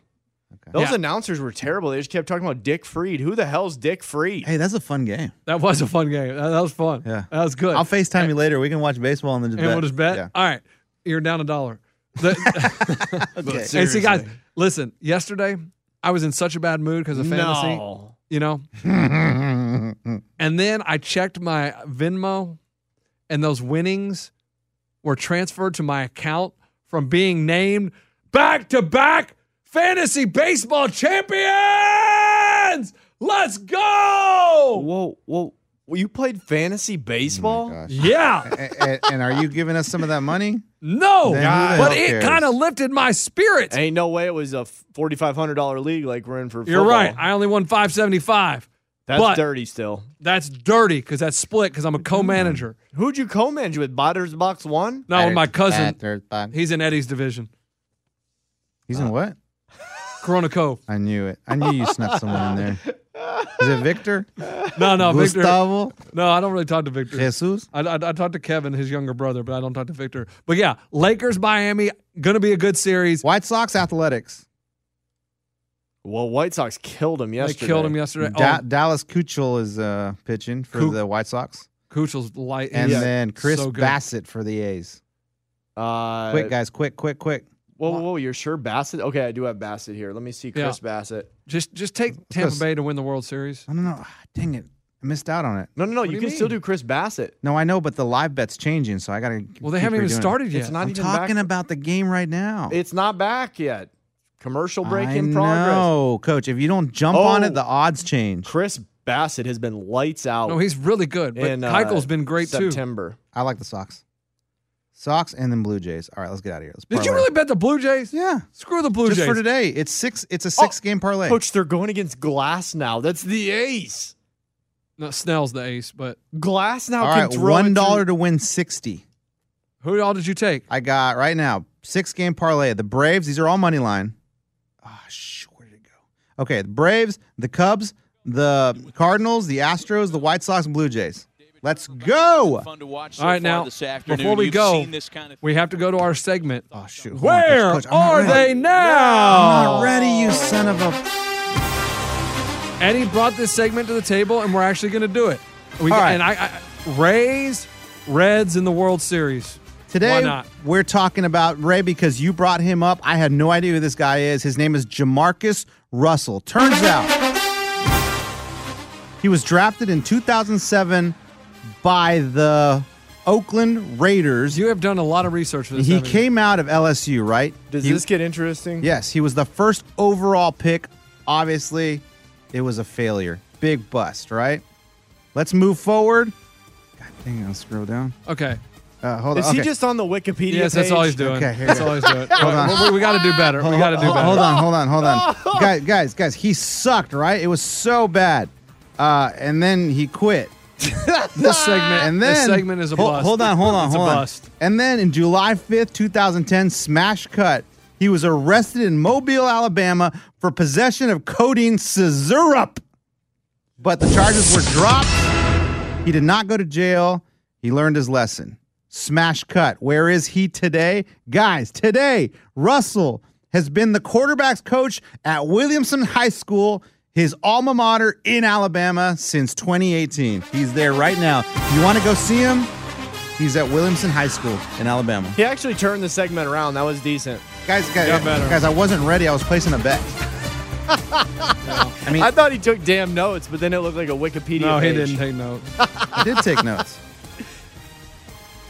Those Yeah. announcers were terrible. They just kept talking about Dick Freed. Who the hell's Dick Freed? Hey, that's a fun game. That was a fun game. That, that was fun. Yeah. That was good. I'll FaceTime you later. We can watch baseball and then just and bet. we'll just bet. Yeah. All right, you're down a dollar. The- Okay. Hey, see, guys, listen. Yesterday, I was in such a bad mood because of fantasy. No. You know, and then I checked my Venmo, and those winnings were transferred to my account from being named back to back fantasy baseball champions. Let's go! Whoa, whoa. Well, you played fantasy baseball? Oh Gosh. Yeah. A- a- and, are you giving us some of that money? No, Then who the but hell it cares? kind of lifted my spirits. Ain't no way it was a $4,500 league like we're in for football. You're right. I only won 575. That's but dirty still. That's dirty because that's split because I'm a co-manager. Mm. Who'd you co-manage with? Batters Box 1? No, my cousin. Bat, third, bat. He's in Eddie's division. Uh, He's in what? Corona Cove. I knew it. I knew you snuck someone in there. Is it Victor? No, no, Victor. Gustavo? No, I don't really talk to Victor. Jesus? I, I, I talk to Kevin, his younger brother, but I don't talk to Victor. But yeah, Lakers, Miami, gonna be a good series. White Sox Athletics. Well, White Sox killed him yesterday. They killed him yesterday. Da- oh, Dallas Kuchel is uh, pitching for Ku- the White Sox. Kuchel's light. And is then Chris so good. Bassett for the A's. Uh, Quick, guys. Quick, quick, quick. Whoa, whoa, whoa, you're sure Bassett? Okay, I do have Bassett here. Let me see Yeah. Chris Bassett. Just, just take Tampa Bay to win the World Series. I don't know. Ah, Dang it. I missed out on it. No, no, no. do You you can still mean? do Chris Bassett. No, I know, but the live bet's changing, so I got to. Well, they haven't even started yet. It's not I'm even talking back. about the game right now. It's not back yet. Commercial break I in progress. know, coach. If you don't jump on Oh. it, the odds change. Chris Bassett has been lights out. no, he's really good. But in, uh, Keuchel's been great too. September. I like the Sox. Sox and then Blue Jays. All right, let's get out of here. Let's Did you parlay. really bet the Blue Jays? Yeah. Screw the Blue Just Jays. for today, it's six. It's a six game parlay. Oh, Coach, they're going against Glass now. That's the ace. No, Snell's the ace, but Glass now All can right, throw it one dollar through- to win sixty. who all did you take? I got right now six game parlay. The Braves. These are all money line. Ah, shh, where did it go? Okay, the Braves, the Cubs, the Cardinals, the Astros, the White Sox, and Blue Jays. Let's go. Fun to watch so All right, far now this afternoon. before we You've go, seen this kind of we have to go to our segment. Oh shoot. Hold on, Where Coach, Coach, I'm not are ready. they I'm now? not ready, you son of a. Eddie brought this segment to the table, and we're actually going to do it. We All right. and I, I Rays, Reds in the World Series. Today Why not? we're talking about Ray because you brought him up. I had no idea who this guy is. His name is Jamarcus Russell. Turns out he was drafted in 2007 by the Oakland Raiders. You have done a lot of research for this. He haven't you? came out of LSU, right? Does He- this get interesting? Yes, he was the first overall pick. Obviously, it was a failure. Big bust, right? Let's move forward. God dang it, I'll scroll down. Okay. Uh, hold Is on. he okay. just on the Wikipedia Yes, that's page? all he's doing. Okay, here we that's go. all he's doing. Hold on. We, got to do better. We got to do Hold- better. Hold on, hold on, hold on. guys, guys, guys, he sucked, right? It was so bad. Uh, and then he quit. This segment. And then this segment is a Hol- bust. Hold on, hold on, It's hold a on. bust. And then in July 5th, 2010, smash cut. He was arrested in Mobile, Alabama for possession of codeine syrup. But the charges were dropped. He did not go to jail. He learned his lesson. Smash cut. Where is he today? Guys, today, Russell has been the quarterback's coach at Williamson High School, his alma mater in Alabama, since 2018. He's there right now. You want to go see him? He's at Williamson High School in Alabama. He actually turned the segment around. That was decent. Guys, guys, guys, I wasn't ready. I was placing a bet. I mean, I thought he took damn notes, but then it looked like a Wikipedia. No, he page. didn't take notes. I did take notes.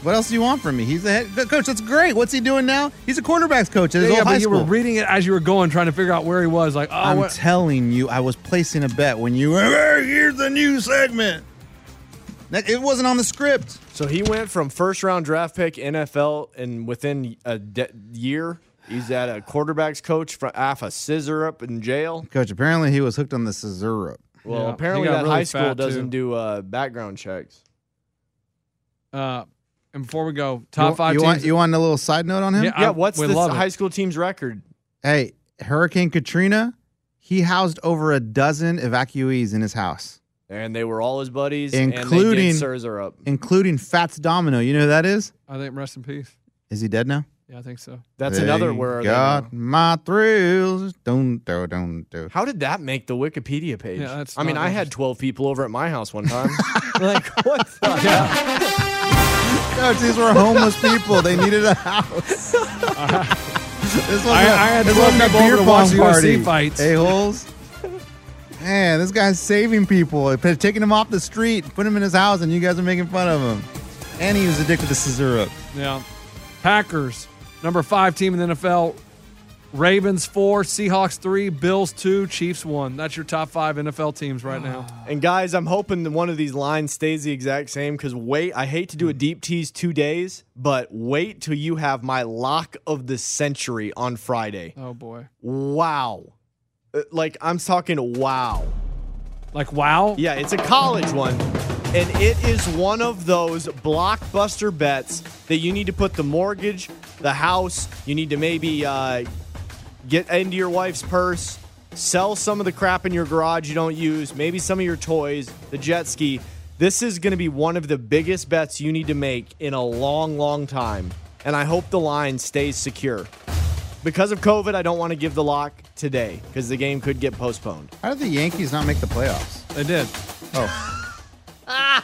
What else do you want from me? He's the head co- coach. That's great. What's he doing now? He's a quarterbacks coach at his yeah, old but high you school. were reading it as you were going, trying to figure out where he was. Like, oh, I'm what- telling you, I was placing a bet when you. Hey, here's the new segment. That- It wasn't on the script. So he went from first round draft pick NFL, and within a de- year, he's at a quarterbacks coach for half a scissor up in jail. Coach, apparently he was hooked on the Cesura. Well, Yeah, he apparently got that really high school fat, too. doesn't do uh, background checks. uh, and before we go, top you, five You teams. want you want a little side note on him? Yeah, Yeah, I- what's we the love it. high school team's record? Hey, Hurricane Katrina, he housed over a dozen evacuees in his house, And they were all his buddies, and they Including- did scissor up. including Fats Domino. You know who that is? I think rest in peace. Is he dead now? Yeah, I think so. That's another They where are they now? Got my thrills. Don't do don't do. How did that make the Wikipedia page? Yeah, that's I mean, not I had 12 people over at my house one time. like what? The Coach, Oh, these were homeless people. They needed a house. this was I- I had this 12 wasn't a people beer over to pong watch party. UFC fights. A holes. Man, this guy's saving people, p- taking them off the street, putting them in his house, and you guys are making fun of him. And he was addicted to Cesaro. Yeah. Packers, number five team in the NFL. Ravens four, Seahawks three, Bills two, Chiefs one. That's your top five NFL teams right now. and guys, I'm hoping that one of these lines stays the exact same because wait, I hate to do a deep tease two days, but wait till you have my lock of the century on Friday. Oh boy. Wow. Uh, Like, I'm talking wow. Like wow. Yeah, it's a college one. And it is one of those blockbuster bets that you need to put the mortgage, the house, you need to maybe uh, get into your wife's purse, sell some of the crap in your garage you don't use, maybe some of your toys, the jet ski. This is going to be one of the biggest bets you need to make in a long, long time. And I hope the line stays secure. Because of COVID, I don't want to give the lock today because the game could get postponed. How did the Yankees not make the playoffs? They did. Oh,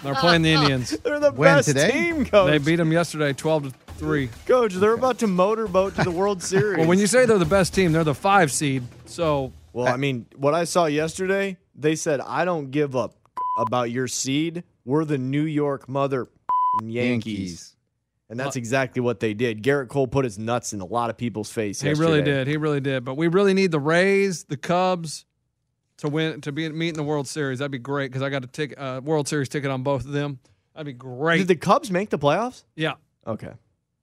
They're playing the Indians. They're the When, best today? team, coach. They beat them yesterday, twelve to three. Coach, they're about to motorboat to the World Series. Well, when you say they're the best team, they're the five seed. So well, I mean, what I saw yesterday, they said, "I don't give up about your seed. We're the New York mother Yankees. Yankees. and that's exactly what they did. Garrett Cole put his nuts in a lot of people's face. he really yesterday. did. He really did. But we really need the Rays, the Cubs, to win to be meet in the World Series. That'd be great because I got a ticket, uh, World Series ticket on both of them. That'd be great. Did the Cubs make the playoffs? yeah. Okay,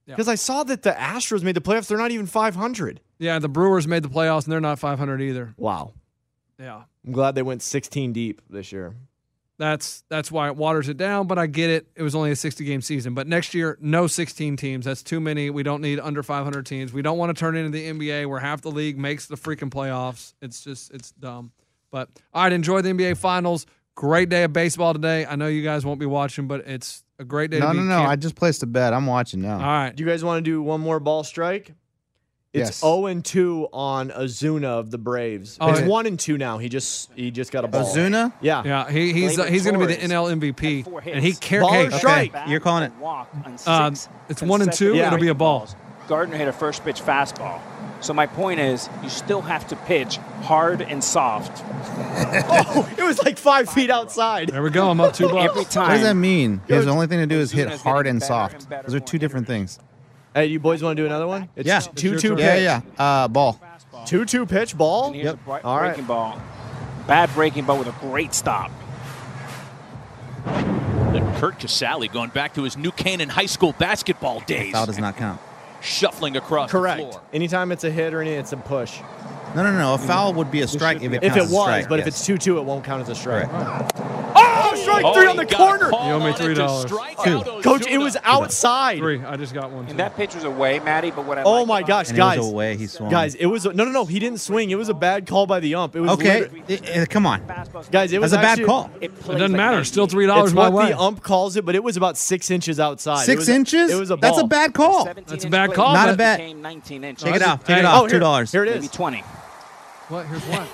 Yeah. because I saw that the Astros made the playoffs. They're not even 500. Yeah, the Brewers made the playoffs and they're not 500 either. Wow, Yeah. I'm glad they went 16 deep this year. That's that's why it waters it down, but I get it. It was only a 60 game season, but next year no 16 teams. That's too many. We don't need under 500 teams. We don't want to turn into the NBA where half the league makes the freaking playoffs. It's just it's dumb. But all right, enjoy the NBA finals. Great day of baseball today. I know you guys won't be watching, but it's a great day no, to be no, no. camp- I just placed a bet. I'm watching now. All right. Do you guys want to do one more ball strike? It's Yes. 0 and 2 on Azuna of the Braves. Oh, it's yeah. 1 and 2 now. He just he just got a ball. Ozuna? Yeah. Yeah, he, he's Glaber he's going to be the Torres NL MVP, and he hits. cares. Ball or strike? You're calling it. Walk on six Um, it's one and two. Yeah. It'll be a ball. Gardner hit a first pitch fastball. So my point is, you still have to pitch hard and soft Oh, it was like five feet outside. There we go. I'm up two bucks. every What does that time. mean? His Coach, only thing to do is hit Ozuna's hard getting and better soft. and better, Those are more two different things. Hey, you boys want to do another one? It's yeah. 2 your 2 turn. pitch. Yeah, yeah. yeah. Uh, ball. 2 2 pitch ball? And here's a bri- All right. breaking ball. Bad breaking ball with a great stop. Then Kurt Casale going back to his New Canaan High School basketball days, Foul does not count. shuffling across the Correct. floor. Anytime it's a hit or anything, it's a push. No, no, no. A foul would be a strike if it If counts it as was, a strike, but if yes. it's 2 2, it won't count as a strike. Correct. Oh, strike Oh, three he on the got a corner. call You owe me on it to $3. strike Two. out Coach, it Ozuna. was outside. Three. I just got one. And too. that pitch was away, Maddie. But what I Oh like my about gosh, And it guys. was away. He swung. Guys, it was. No, no, no. He didn't swing. It was a bad call by the ump. It was okay. liter- Eh, eh, come on. fastball- Guys, it That's was a bad actually- call. it, It plays doesn't like matter. that. Still three dollars it's my what way. the ump calls it, but it was about six inches outside. It Six was a- inches? It was a That's a ball. bad call. 17 That's a inch bad plate call. Not a that bet. became 19 inches. Take it Oh, off. Take it hey. off. Oh, Two dollars. Here it Maybe is. 20. What? Here's one.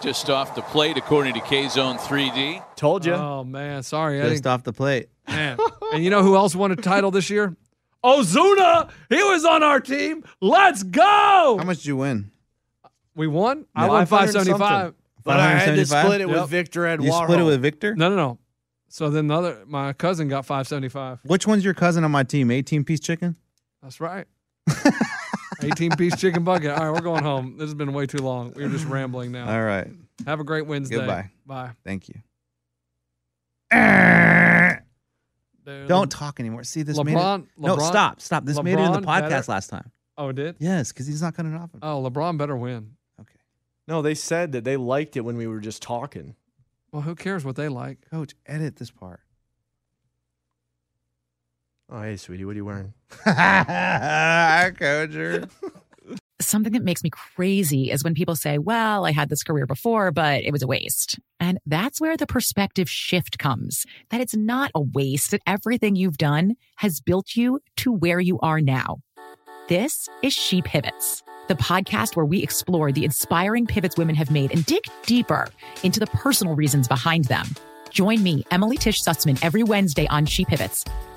Just off the plate, according to K Zone 3D. Told you. oh man, sorry, I Just didn't, off the plate. man. And you know who else won a title this year? Ozuna. He was on our team. Let's go. Oh. How much did you win? We won. I won five seventy five. But I had to split it with Victor Edwaro. You split it with Victor? No, no, no. So then the other, my cousin got five seventy five. Which one's your cousin on my team? 18 piece chicken? That's right. 18 piece chicken bucket. All right, we're going home. This has been way too long. We were just rambling now. All right. Have a great Wednesday. Goodbye. Bye. Thank you. Don't talk anymore. See, this made it- LeBron, No, LeBron- stop, stop. This made it in the LeBron podcast better- last time. Oh, it did? Yes, because he's not going to knock him. Oh, LeBron better win. No, they said that they liked it when we were just talking. Well, who cares what they like? Coach, edit this part. Oh, hey, sweetie, what are you wearing? Hi, Coacher. Something that makes me crazy is when people say, well, I had this career before, but it was a waste. And that's where the perspective shift comes that it's not a waste, that everything you've done has built you to where you are now. This is She Pivots, the podcast where we explore the inspiring pivots women have made and dig deeper into the personal reasons behind them. Join me, Emily Tish Sussman, every Wednesday on She Pivots.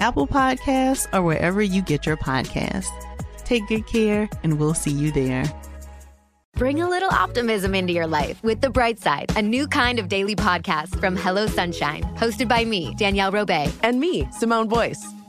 Apple Podcasts, or wherever you get your podcasts. Take good care, and we'll see you there. Bring a little optimism into your life with The Bright Side, a new kind of daily podcast from Hello Sunshine, hosted by me, Danielle Robay. And me, Simone Boyce.